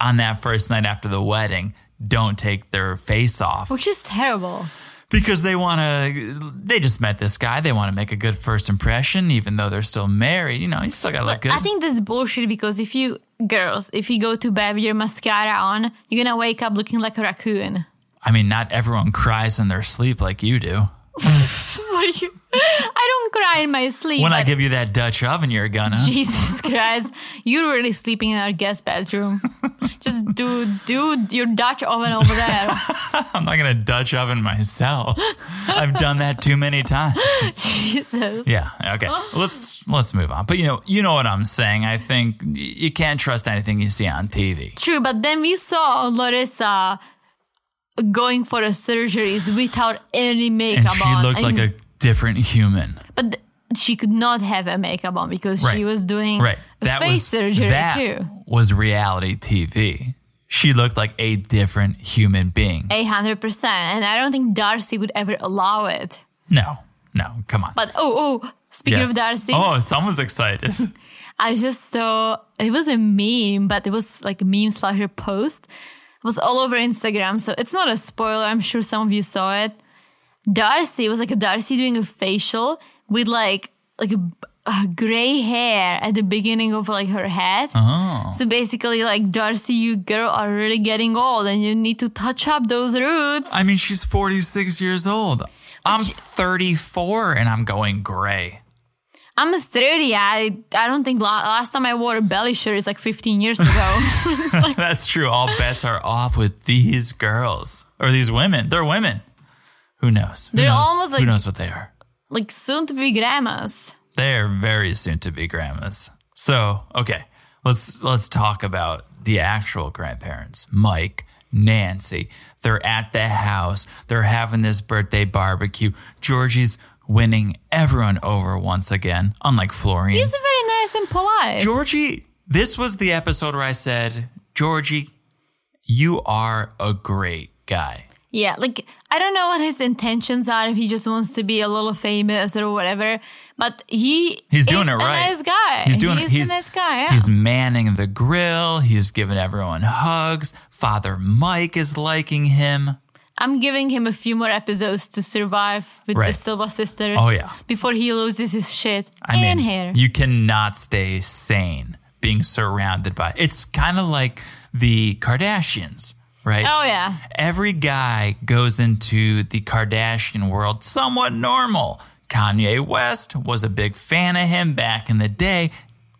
Speaker 2: on that first night after the wedding don't take their face off
Speaker 3: which is terrible.
Speaker 2: because they want to. They just met this guy. They want to make a good first impression, even though they're still married. You know, you still got to look good.
Speaker 3: I think that's bullshit because if you girls, if you go to bed with your mascara on, you're gonna wake up looking like a raccoon.
Speaker 2: I mean, not everyone cries in their sleep like you do.
Speaker 3: What are you? I don't cry in my sleep.
Speaker 2: When I
Speaker 3: but
Speaker 2: give you that Dutch oven, you're gonna.
Speaker 3: Jesus Christ, you're really sleeping in our guest bedroom. Just do do your Dutch oven over there.
Speaker 2: I'm not gonna Dutch oven myself. I've done that too many times.
Speaker 3: Jesus.
Speaker 2: Yeah. Okay. Let's let's move on. But you know, you know what I'm saying. I think y- you can't trust anything you see on TV.
Speaker 3: True, but then we saw Larissa going for her surgeries without any makeup
Speaker 2: And she
Speaker 3: on.
Speaker 2: looked like a different human.
Speaker 3: but th- she could not have a makeup on because she
Speaker 2: Right.
Speaker 3: was doing
Speaker 2: Right. That
Speaker 3: face
Speaker 2: was
Speaker 3: surgery
Speaker 2: that
Speaker 3: too.
Speaker 2: was reality TV. She looked like a different human being.
Speaker 3: A hundred percent, and I don't think Darcy would ever allow it.
Speaker 2: No. No. Come on.
Speaker 3: But oh, oh, speaking
Speaker 2: Yes.
Speaker 3: of Darcy,
Speaker 2: Oh, someone's excited.
Speaker 3: I just saw it was a meme, but it was like a meme slash a post. It was all over Instagram, so it's not a spoiler. I'm sure some of you saw it. Darcy it was like a Darcy doing a facial with like like a, b- a gray hair at the beginning of like her head.
Speaker 2: Uh-huh.
Speaker 3: So basically, like Darcy, you girl are really getting old, and you need to touch up those roots.
Speaker 2: I mean, she's 46 years old. I'm 34 and I'm going gray.
Speaker 3: I'm 30. I I don't think la- last time I wore a belly shirt is like 15 years ago.
Speaker 2: That's true. All bets are off with these girls or these women. They're women. Who knows? Who
Speaker 3: They're
Speaker 2: knows?
Speaker 3: almost
Speaker 2: Who
Speaker 3: like-
Speaker 2: knows what they are?
Speaker 3: like soon to be grandmas.
Speaker 2: They're very soon to be grandmas. So, okay, let's let's talk about the actual grandparents. Mike, Nancy. They're at the house. They're having this birthday barbecue. Georgie's winning everyone over once again, unlike Florian.
Speaker 3: He's very nice and polite.
Speaker 2: Georgie, this was the episode where I said, Georgie, you are a great guy.
Speaker 3: Yeah, like I don't know what his intentions are if he just wants to be a little famous or whatever, but he
Speaker 2: He's doing
Speaker 3: is
Speaker 2: it right.
Speaker 3: A nice guy.
Speaker 2: He's doing
Speaker 3: He
Speaker 2: it.
Speaker 3: is a nice guy. Yeah.
Speaker 2: He's manning the grill. He's giving everyone hugs. Father Mike is liking him.
Speaker 3: I'm giving him a few more episodes to survive with the
Speaker 2: Right.
Speaker 3: Silva sisters.
Speaker 2: Oh, yeah.
Speaker 3: before he loses his shit
Speaker 2: I
Speaker 3: and
Speaker 2: mean,
Speaker 3: hair.
Speaker 2: you cannot stay sane being surrounded by. It's kind of like the Kardashians, right?
Speaker 3: oh yeah,
Speaker 2: Every guy goes into the Kardashian world somewhat normal. Kanye West was a big fan of him back in the day.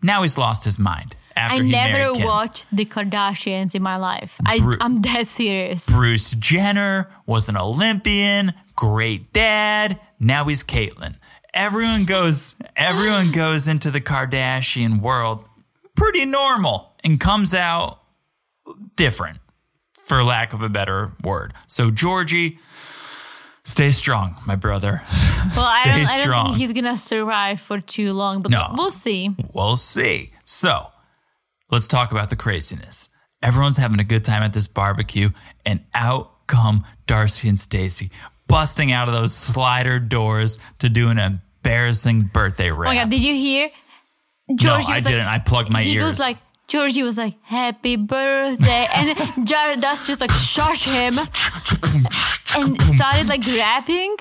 Speaker 2: Now he's lost his mind after
Speaker 3: I
Speaker 2: he
Speaker 3: never
Speaker 2: married Kim.
Speaker 3: watched the Kardashians in my life. I,
Speaker 2: Bru-
Speaker 3: I'm dead serious.
Speaker 2: Bruce Jenner was an Olympian, great dad. Now he's Caitlyn. Everyone goes, everyone goes into the Kardashian world pretty normal and comes out different, for lack of a better word. So Georgie, stay strong, my brother.
Speaker 3: well, I
Speaker 2: stay
Speaker 3: don't, I don't
Speaker 2: strong.
Speaker 3: think he's gonna survive for too long, but
Speaker 2: No.
Speaker 3: we'll see. Oh
Speaker 2: We'll see. So let's talk about the craziness. Everyone's having a good time at this barbecue, and out come Darcy and Stacy, busting out of those slider doors to do an embarrassing birthday rap.
Speaker 3: Oh my god, did you hear? Georgie
Speaker 2: no,
Speaker 3: was
Speaker 2: I
Speaker 3: like-
Speaker 2: didn't. I plugged my
Speaker 3: he
Speaker 2: ears.
Speaker 3: was like, Georgie was like, "Happy birthday," and Jared Dust just like shush him and started like rapping.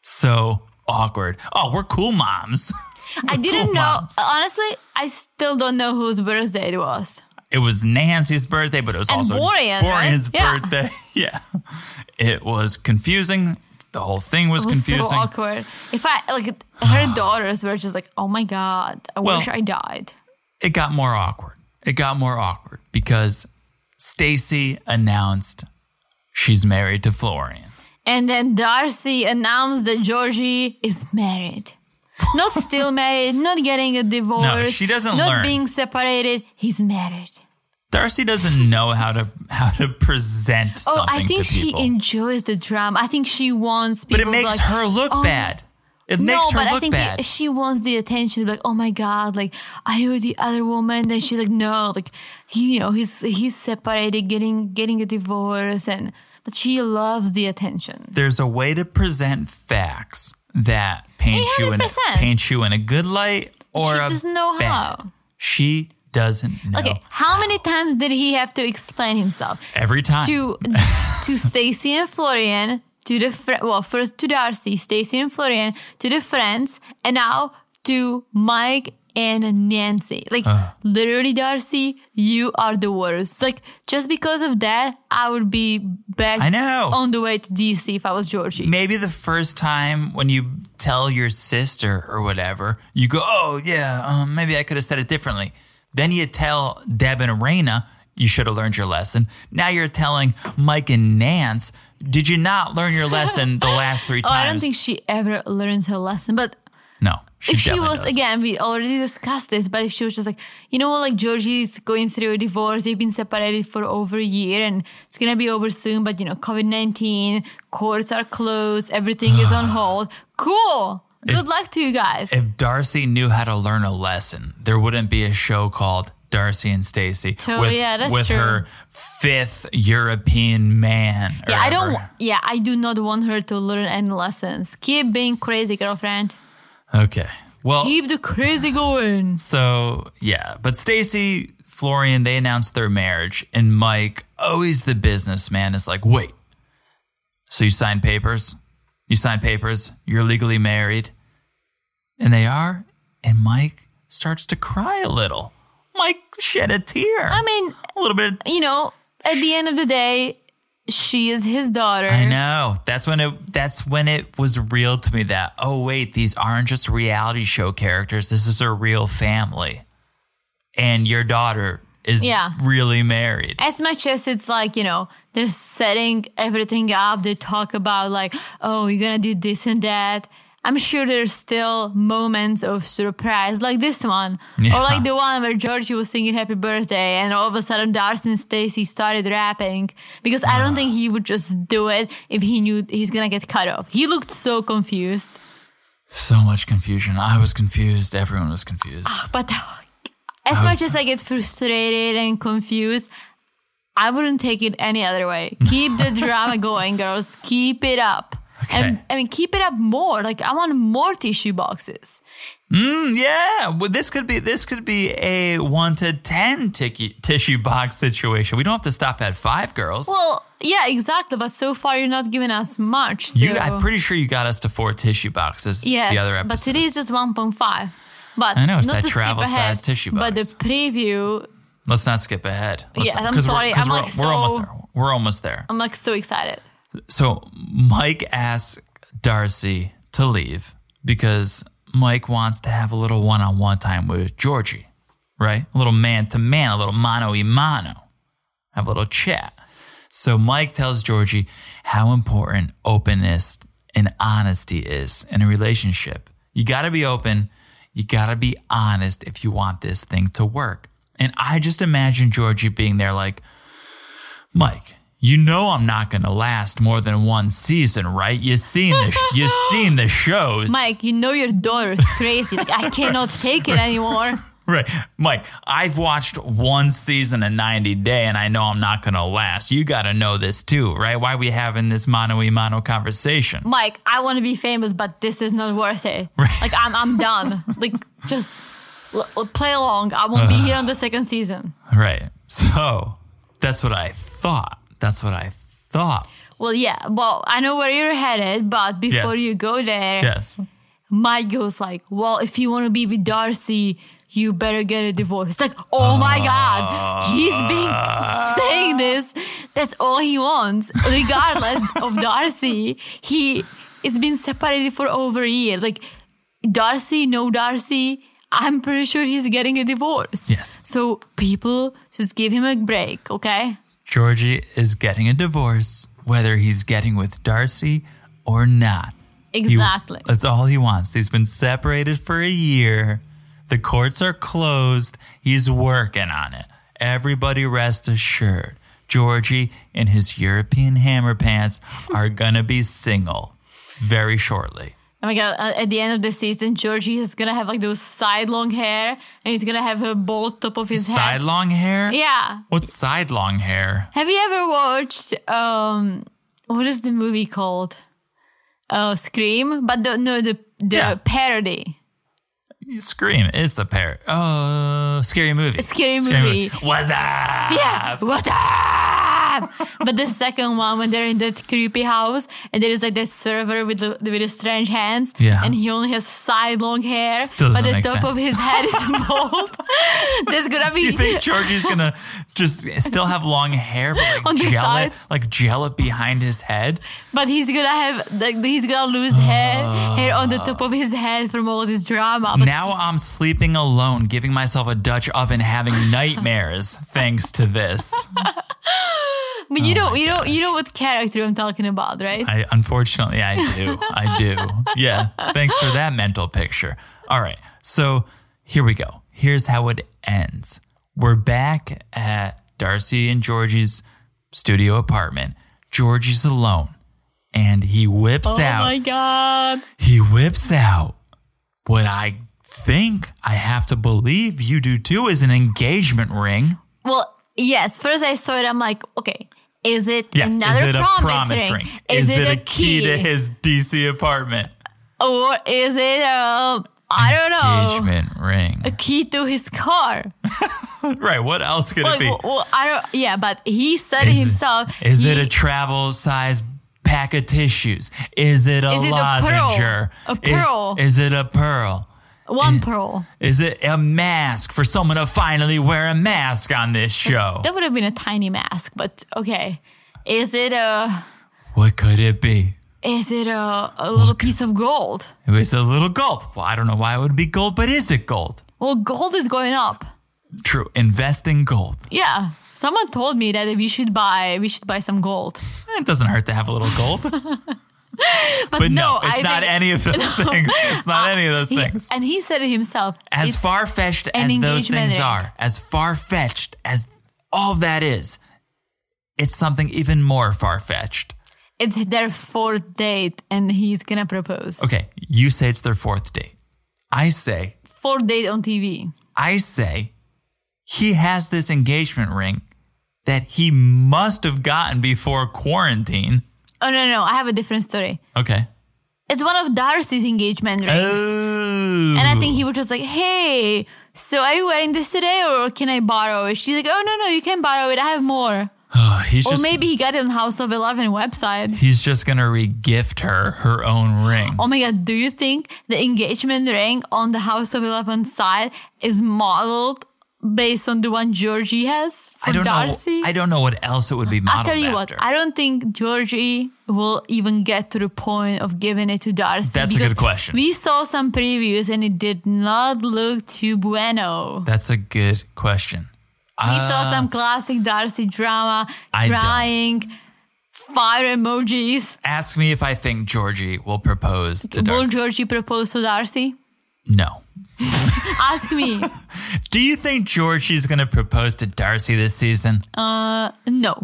Speaker 2: so awkward. Oh, we're cool moms.
Speaker 3: I didn't know.
Speaker 2: moms.
Speaker 3: Honestly, I still don't know whose birthday it was.
Speaker 2: it was Nancy's birthday, but it was
Speaker 3: And
Speaker 2: also
Speaker 3: Borean, right?
Speaker 2: Borean's
Speaker 3: Yeah.
Speaker 2: birthday. Yeah. It was confusing. The whole thing was,
Speaker 3: It was
Speaker 2: confusing.
Speaker 3: so awkward. If I like her daughters were just like, "Oh my god, I
Speaker 2: Well-
Speaker 3: wish I died."
Speaker 2: it got more awkward. It got more awkward because Stacy announced she's married to Florian.
Speaker 3: And then Darcy announced that Georgie is married. Not still married, not getting a divorce.
Speaker 2: she doesn't
Speaker 3: Not
Speaker 2: learn.
Speaker 3: being separated. He's married.
Speaker 2: Darcy doesn't know how to how to present
Speaker 3: Oh,
Speaker 2: something
Speaker 3: I think
Speaker 2: to
Speaker 3: she
Speaker 2: people,
Speaker 3: enjoys the drama. I think she wants people.
Speaker 2: but it makes
Speaker 3: like,
Speaker 2: her look
Speaker 3: "Oh,
Speaker 2: bad. It
Speaker 3: No,
Speaker 2: makes her
Speaker 3: but
Speaker 2: look
Speaker 3: I think
Speaker 2: bad.
Speaker 3: it- she wants the attention. Like, oh my god, like are you the other woman? Then she's like, no, like he, you know, he's he's separated, getting getting a divorce, and but she loves the attention.
Speaker 2: There's a way to present facts that paint you in a,
Speaker 3: 800%.
Speaker 2: paint you in a good light or
Speaker 3: She
Speaker 2: a
Speaker 3: doesn't know
Speaker 2: bad.
Speaker 3: how.
Speaker 2: She doesn't know.
Speaker 3: Okay, how many times did he have to explain himself
Speaker 2: Every time.
Speaker 3: to to Stacy and Florian? To the fr- well, first to Darcy, Stacy and Florian, to the friends, and now to Mike and Nancy. Like
Speaker 2: Uh.
Speaker 3: literally, Darcy, you are the worst. Like just because of that, I would be back.
Speaker 2: I know.
Speaker 3: on the way to DC if I was Georgie.
Speaker 2: maybe the first time when you tell your sister or whatever, you go, "Oh yeah, um, maybe I could have said it differently." Then you tell Deb and Arena, "You should have learned your lesson." Now you're telling Mike and Nance, "Did you not learn your lesson the last three
Speaker 3: oh,
Speaker 2: times?"
Speaker 3: I don't think she ever learns her lesson, but
Speaker 2: no. She
Speaker 3: if she
Speaker 2: definitely
Speaker 3: was
Speaker 2: does.
Speaker 3: again we already discussed this but if she was just like you know what like georgie's going through a divorce they've been separated for over a year and it's gonna be over soon but you know covid-19 courts are closed everything is on hold cool good luck to you guys
Speaker 2: if Darcy knew how to learn a lesson, there wouldn't be a show called Darcy and Stacy
Speaker 3: Oh,
Speaker 2: with,
Speaker 3: yeah, that's
Speaker 2: with
Speaker 3: true.
Speaker 2: her fifth European man. or
Speaker 3: yeah i
Speaker 2: ever.
Speaker 3: don't wa- yeah i do not want her to learn any lessons keep being crazy girlfriend
Speaker 2: Okay. Well,
Speaker 3: keep the crazy going
Speaker 2: So yeah, but Stacy, Florian, they announced their marriage, and Mike, always the businessman, is like, "Wait, so you signed papers? You signed papers? You're legally married?" And they are, and Mike starts to cry a little. Mike shed a tear.
Speaker 3: i mean
Speaker 2: a little bit.
Speaker 3: you know at the end of the day she is his daughter
Speaker 2: I know. That's when it. That's when it was real to me. That oh wait, these aren't just reality show characters. This is a real family, and your daughter is
Speaker 3: Yeah.
Speaker 2: really married.
Speaker 3: as much as it's like you know they're setting everything up they talk about like oh you're gonna do this and that I'm sure there's still moments of surprise, like this one, or like the one where Georgie was singing "Happy Birthday" and all of a sudden Darcy and Stacy started rapping. Because I don't think he would just do it if he knew he's gonna get cut off. He looked so confused,
Speaker 2: So much confusion. I was confused. Everyone was confused.
Speaker 3: but as much as I get frustrated and confused, I wouldn't take it any other way. Keep the drama going, girls. Keep it up. And
Speaker 2: Okay.
Speaker 3: I mean, keep it up more. Like I want more tissue boxes.
Speaker 2: Mm, yeah, well, this could be this could be a one to ten ticky, tissue box situation. We don't have to stop at five girls.
Speaker 3: Well, yeah, exactly. But so far, you're not giving us much. So.
Speaker 2: you, I'm pretty sure you got us to four tissue boxes.
Speaker 3: yes,
Speaker 2: the other episode.
Speaker 3: but today is just 1.5. But
Speaker 2: I know, it's
Speaker 3: not
Speaker 2: that
Speaker 3: to skip
Speaker 2: travel-sized
Speaker 3: ahead,
Speaker 2: tissue
Speaker 3: But the
Speaker 2: box.
Speaker 3: preview,
Speaker 2: Let's not skip ahead. Let's,
Speaker 3: Yeah, I'm
Speaker 2: 'cause we're-
Speaker 3: sorry.
Speaker 2: 'cause
Speaker 3: I'm,
Speaker 2: we're,
Speaker 3: like,
Speaker 2: we're almost
Speaker 3: so-
Speaker 2: there. We're almost there.
Speaker 3: I'm like so excited.
Speaker 2: So Mike asks Darcy to leave because Mike wants to have a little one on one time with Georgie, right? A little man to man, a little mano y mano, have a little chat. So Mike tells Georgie how important openness and honesty is in a relationship. You got to be open, you got to be honest if you want this thing to work. And I just imagine Georgie being there like, Mike, you know I'm not going to last more than one season, right? You seen the sh- you seen the shows,
Speaker 3: Mike, you know your daughter is crazy. like, I cannot take it anymore.
Speaker 2: Right, Mike. I've watched one season of 90 Day, and I know I'm not going to last. You got to know this too, right? Why we having this mano y mano conversation?
Speaker 3: Mike, I want to be famous, but this is not worth it. Like, I'm, I'm done. like, just l- l- play along. I won't be here on the second season.
Speaker 2: Right. So that's what I thought. That's what I thought.
Speaker 3: Well, yeah. Well, I know where you're headed, but before
Speaker 2: Yes.
Speaker 3: you go there,
Speaker 2: Yes.
Speaker 3: Mike goes like, "Well, if you want to be with Darcy, you better get a divorce." It's like, "Oh my god, he's been saying this. That's all he wants, regardless of Darcy. He it's been separated for over a year. Like, Darcy, no Darcy. I'm pretty sure he's getting a divorce.
Speaker 2: Yes.
Speaker 3: So people just give him a break, okay?
Speaker 2: Georgie is getting a divorce, whether he's getting with Darcy or not. He-
Speaker 3: Exactly.
Speaker 2: that's all he wants. He's been separated for a year. The courts are closed. He's working on it. Everybody rest assured. Georgie and his European hammer pants are going to be single very shortly.
Speaker 3: Oh my god! uh, At the end of the season, Georgie is gonna have like those side long hair, and he's gonna have a bald top of his
Speaker 2: Side
Speaker 3: head.
Speaker 2: long hair?
Speaker 3: Yeah.
Speaker 2: What's side long hair?
Speaker 3: Have you ever watched um what is the movie called? Uh, Scream, but the, no, the the
Speaker 2: Yeah.
Speaker 3: parody.
Speaker 2: Scream is the pair. Oh, scary movie.
Speaker 3: Scary Movie.
Speaker 2: What's up?
Speaker 3: Yeah, what up? but the second one, when they're in that creepy house, and there is like that server with the with the strange hands,
Speaker 2: Yeah.
Speaker 3: and he only has side long hair,
Speaker 2: Still
Speaker 3: but
Speaker 2: doesn't
Speaker 3: the
Speaker 2: make
Speaker 3: top of
Speaker 2: sense.
Speaker 3: his head is bald. There's gonna be
Speaker 2: You think Georgie's gonna just still have long hair, but like
Speaker 3: On the
Speaker 2: gel
Speaker 3: sides?
Speaker 2: it, like gel it behind his head?
Speaker 3: But he's gonna have like he's gonna lose hair hair on the top of his head from all this drama. But
Speaker 2: Ah. now I'm sleeping alone, giving myself a Dutch oven, having nightmares thanks to this.
Speaker 3: but you know
Speaker 2: Oh my
Speaker 3: you know you know what character I'm talking about, right?
Speaker 2: I unfortunately I do. I do. Yeah. Thanks for that mental picture. All right. So here we go. Here's how it ends. We're back at Darcy and Georgie's studio apartment. Georgie's alone. And he whips
Speaker 3: oh
Speaker 2: out
Speaker 3: my god!
Speaker 2: he whips out what I think I have to believe you do too is an engagement ring.
Speaker 3: Well, yes. First I saw it. I'm like, okay, is it
Speaker 2: is
Speaker 3: another
Speaker 2: it
Speaker 3: promise,
Speaker 2: a promise
Speaker 3: ring?
Speaker 2: ring? Is, it, a key? to his DC apartment?
Speaker 3: or is it um I don't know
Speaker 2: Engagement ring.
Speaker 3: key to his car?
Speaker 2: Right. What else could it
Speaker 3: Like,
Speaker 2: be?
Speaker 3: well, well, I don't. Yeah, but he said
Speaker 2: Is-
Speaker 3: himself.
Speaker 2: Is it
Speaker 3: he-
Speaker 2: a travel size pack of tissues? Is it a
Speaker 3: Is it a
Speaker 2: lozenger?
Speaker 3: pearl? A
Speaker 2: Is-
Speaker 3: pearl?
Speaker 2: is it a pearl?
Speaker 3: one pearl?
Speaker 2: Is it a mask for someone to finally wear a mask on this show?
Speaker 3: That would have been a tiny mask, but okay. Is it a
Speaker 2: What could it be?
Speaker 3: is it a, a little piece of gold?
Speaker 2: It was a little gold. Well, I don't know why it would be gold, but is it gold?
Speaker 3: Well, gold is going up.
Speaker 2: True. Invest in gold.
Speaker 3: Yeah, someone told me that we should buy we should buy some gold.
Speaker 2: Eh, It doesn't hurt to have a little gold.
Speaker 3: But,
Speaker 2: But no,
Speaker 3: I
Speaker 2: it's not
Speaker 3: think-
Speaker 2: any of those things. It's not any of those
Speaker 3: He-
Speaker 2: things.
Speaker 3: and he said it himself.
Speaker 2: As
Speaker 3: it's-
Speaker 2: far fetched
Speaker 3: an
Speaker 2: as those
Speaker 3: engagement
Speaker 2: things
Speaker 3: ring.
Speaker 2: are, as far fetched as all that is, it's something even more far fetched.
Speaker 3: it's their fourth date, and he's gonna propose.
Speaker 2: Okay, you say it's their fourth date. I say,
Speaker 3: Fourth date on TV.
Speaker 2: I say, he has this engagement ring that he must have gotten before quarantine.
Speaker 3: Oh no, no, I have a different story.
Speaker 2: Okay.
Speaker 3: It's one of Darcy's engagement rings,
Speaker 2: Oh.
Speaker 3: and I think he was just like, "Hey, so are you wearing this today, or can I borrow it?" She's like, "Oh no, no, you can borrow it. I have more."
Speaker 2: Oh. he's
Speaker 3: Or
Speaker 2: just
Speaker 3: maybe he got it on House of Eleven website.
Speaker 2: he's just gonna re-gift her her own ring.
Speaker 3: Oh my god, do you think the engagement ring on the House of Eleven side is modeled based on the one Georgie has for
Speaker 2: I don't
Speaker 3: Darcy?
Speaker 2: know. I don't know what else it would be
Speaker 3: I'll
Speaker 2: modeled
Speaker 3: tell you
Speaker 2: after.
Speaker 3: what, I don't think Georgie will even get to the point of giving it to Darcy.
Speaker 2: That's a
Speaker 3: because
Speaker 2: good question.
Speaker 3: We saw some previews and it did not look too bueno.
Speaker 2: That's a good question. Uh,
Speaker 3: We saw some classic Darcy drama,
Speaker 2: Ah. I don't.
Speaker 3: crying, fire emojis.
Speaker 2: Ask me if I think Georgie will propose to
Speaker 3: Will
Speaker 2: Darcy.
Speaker 3: Georgie propose to Darcy?
Speaker 2: No.
Speaker 3: Ask me.
Speaker 2: Do you think Georgie's going to propose to Darcy this season?
Speaker 3: Oh. No.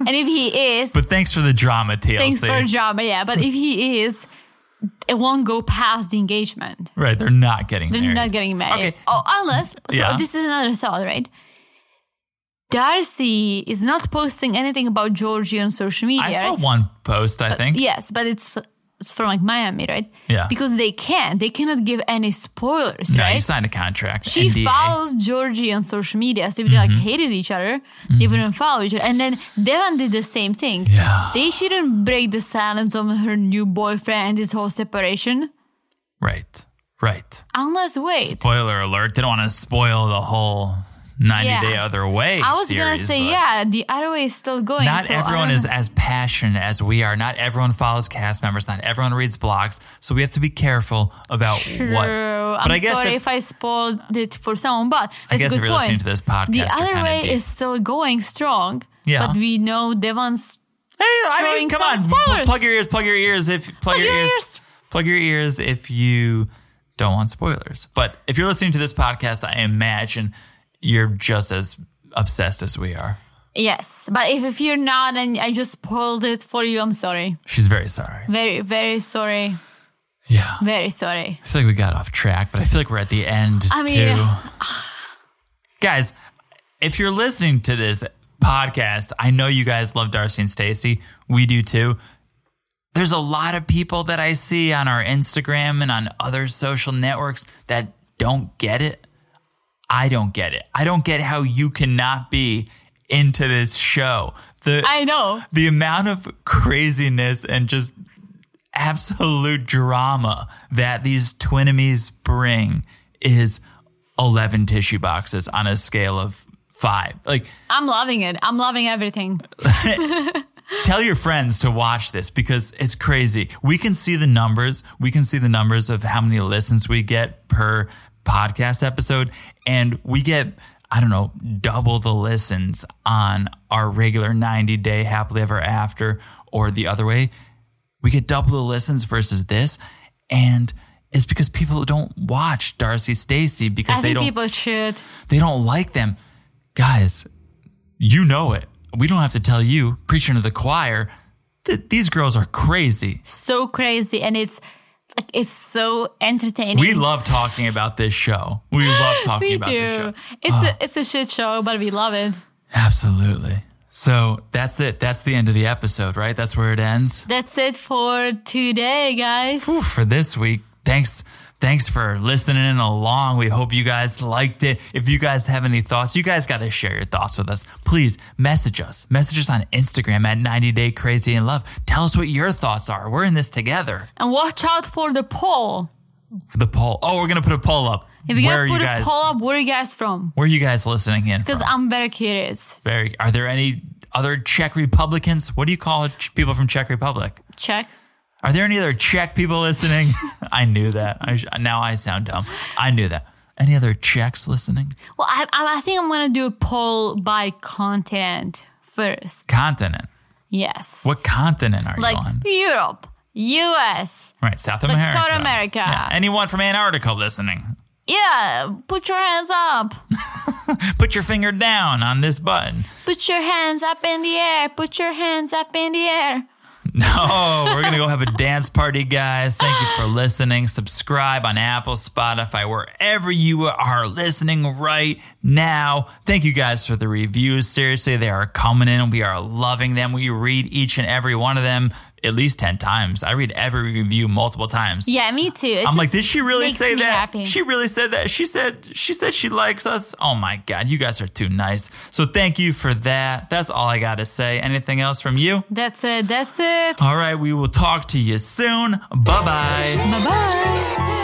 Speaker 3: and if he is,
Speaker 2: But thanks for the drama, TLC.
Speaker 3: thanks for drama, yeah. But if he is, it won't go past the engagement.
Speaker 2: right, they're not getting
Speaker 3: They're
Speaker 2: married.
Speaker 3: not getting married.
Speaker 2: Okay.
Speaker 3: Oh, unless so
Speaker 2: Yeah.
Speaker 3: this is another thought, right? Darcy is not posting anything about Georgie on social media.
Speaker 2: I saw
Speaker 3: right?
Speaker 2: one post,
Speaker 3: Uh,
Speaker 2: I think.
Speaker 3: Yes, but it's it's from like Miami, right?
Speaker 2: Yeah.
Speaker 3: Because they can't. They cannot give any spoilers,
Speaker 2: no,
Speaker 3: right?
Speaker 2: you signed a Mm-hmm. contract.
Speaker 3: she
Speaker 2: NDA.
Speaker 3: follows Georgie on social media. So if they like hated each other,
Speaker 2: Mm-hmm.
Speaker 3: they wouldn't follow each other. And then Devon did the same thing.
Speaker 2: Yeah.
Speaker 3: They shouldn't break the silence on her new boyfriend and this whole separation.
Speaker 2: Right, right.
Speaker 3: Unless wait.
Speaker 2: Spoiler alert. Didn't want to spoil the whole 90
Speaker 3: Yeah.
Speaker 2: Day Other Way
Speaker 3: I was
Speaker 2: series.
Speaker 3: gonna say,
Speaker 2: but-
Speaker 3: yeah, the other way is still going.
Speaker 2: Not
Speaker 3: so I
Speaker 2: everyone
Speaker 3: don't
Speaker 2: is
Speaker 3: know.
Speaker 2: as passionate as we are. Not everyone follows cast members. Not everyone reads blogs. So we have to be careful about
Speaker 3: True.
Speaker 2: what.
Speaker 3: I'm sorry if I spoiled it for someone, but
Speaker 2: I
Speaker 3: that's
Speaker 2: guess
Speaker 3: a
Speaker 2: if
Speaker 3: good
Speaker 2: you're
Speaker 3: point.
Speaker 2: listening to this podcast,
Speaker 3: the
Speaker 2: you're
Speaker 3: other
Speaker 2: kinda
Speaker 3: way
Speaker 2: deep.
Speaker 3: is still going strong.
Speaker 2: Yeah.
Speaker 3: But we know Devon's
Speaker 2: Hey, I mean,
Speaker 3: throwing
Speaker 2: come on,
Speaker 3: some
Speaker 2: pl-
Speaker 3: spoilers.
Speaker 2: plug your ears, plug your ears if plug, your,
Speaker 3: your
Speaker 2: ears,
Speaker 3: ears.
Speaker 2: plug your ears if you don't want spoilers. But if you're listening to this podcast, I imagine you're just as obsessed as we are.
Speaker 3: yes. But if, if you're not and I just spoiled it for you, I'm sorry.
Speaker 2: She's very sorry.
Speaker 3: Very, very sorry.
Speaker 2: Yeah, I
Speaker 3: Very sorry.
Speaker 2: feel like we got off track, but I feel like we're at the end
Speaker 3: I mean-
Speaker 2: too. guys, if you're listening to this podcast, I know you guys love Darcy and Stacy. We do too. There's a lot of people that I see on our Instagram and on other social networks that don't get it. I don't get it. I don't get how you cannot be into this show. The
Speaker 3: I know.
Speaker 2: the amount of craziness and just absolute drama that these twinimies bring is 11 tissue boxes on a scale of five. Like,
Speaker 3: I'm loving it. I'm loving everything.
Speaker 2: tell your friends to watch this because it's crazy. We can see the numbers. We can see the numbers of how many listens we get per podcast episode. And we get, I don't know, double the listens on our regular 90 day happily ever after or the other way. We get double the listens versus this. And it's because people don't watch Darcy Stacy because
Speaker 3: I
Speaker 2: they
Speaker 3: think
Speaker 2: don't
Speaker 3: people should.
Speaker 2: they don't like them. Guys, you know it. We don't have to tell you, preaching to the choir, that these girls are crazy.
Speaker 3: So crazy. And it's like, it's so entertaining.
Speaker 2: We love talking about this show. We love talking
Speaker 3: We
Speaker 2: about
Speaker 3: do.
Speaker 2: this show. Ah.
Speaker 3: It's a it's a shit show, but we love it.
Speaker 2: Absolutely. So that's it. That's the end of the episode, right? That's where it ends.
Speaker 3: That's it for today, guys.
Speaker 2: Whew, for this week. Thanks. Thanks for listening in along. We hope you guys liked it. If you guys have any thoughts, you guys got to share your thoughts with us. Please message us. Message us on Instagram at 90 Day Crazy in Love. Tell us what your thoughts are. We're in this together.
Speaker 3: And watch out for the poll.
Speaker 2: The poll. Oh, we're going to put a poll up.
Speaker 3: If you're
Speaker 2: where are
Speaker 3: gonna
Speaker 2: you
Speaker 3: put a
Speaker 2: guys?
Speaker 3: poll up, where are you guys from?
Speaker 2: Where are you guys listening in from?
Speaker 3: Because I'm very curious.
Speaker 2: Very, are there any other Czech Republicans? What do you call ch- people from Czech Republic?
Speaker 3: Check.
Speaker 2: Are there any other Czech people listening? I knew that. I sh- now I sound dumb. I knew that. Any other Czechs listening?
Speaker 3: Well, I, I I think I'm gonna do a poll by continent first.
Speaker 2: Continent.
Speaker 3: Yes.
Speaker 2: What continent are
Speaker 3: like
Speaker 2: you on?
Speaker 3: Europe, US.
Speaker 2: Right, South
Speaker 3: like
Speaker 2: America.
Speaker 3: South America.
Speaker 2: Yeah, Anyone from Antarctica listening?
Speaker 3: Yeah, put your hands up.
Speaker 2: Put your finger down on this button.
Speaker 3: Put your hands up in the air. Put your hands up in the air.
Speaker 2: No, Oh, we're going to go have a dance party, guys. Thank you for listening. Subscribe on Apple, Spotify, wherever you are listening right now. Thank you guys for the reviews. Seriously, they are coming in. We are loving them. We read each and every one of them at least 10 times. I read every review multiple times.
Speaker 3: Yeah, me too. It
Speaker 2: I'm like,
Speaker 3: just
Speaker 2: did she really
Speaker 3: makes
Speaker 2: say
Speaker 3: me
Speaker 2: that?
Speaker 3: happy.
Speaker 2: She really said that. She said she said she likes us. Oh my god, you guys are too nice. So thank you for that. That's all I gotta say. Anything else from you?
Speaker 3: That's it. That's it.
Speaker 2: All right, we will talk to you soon. Bye bye.
Speaker 3: Bye bye.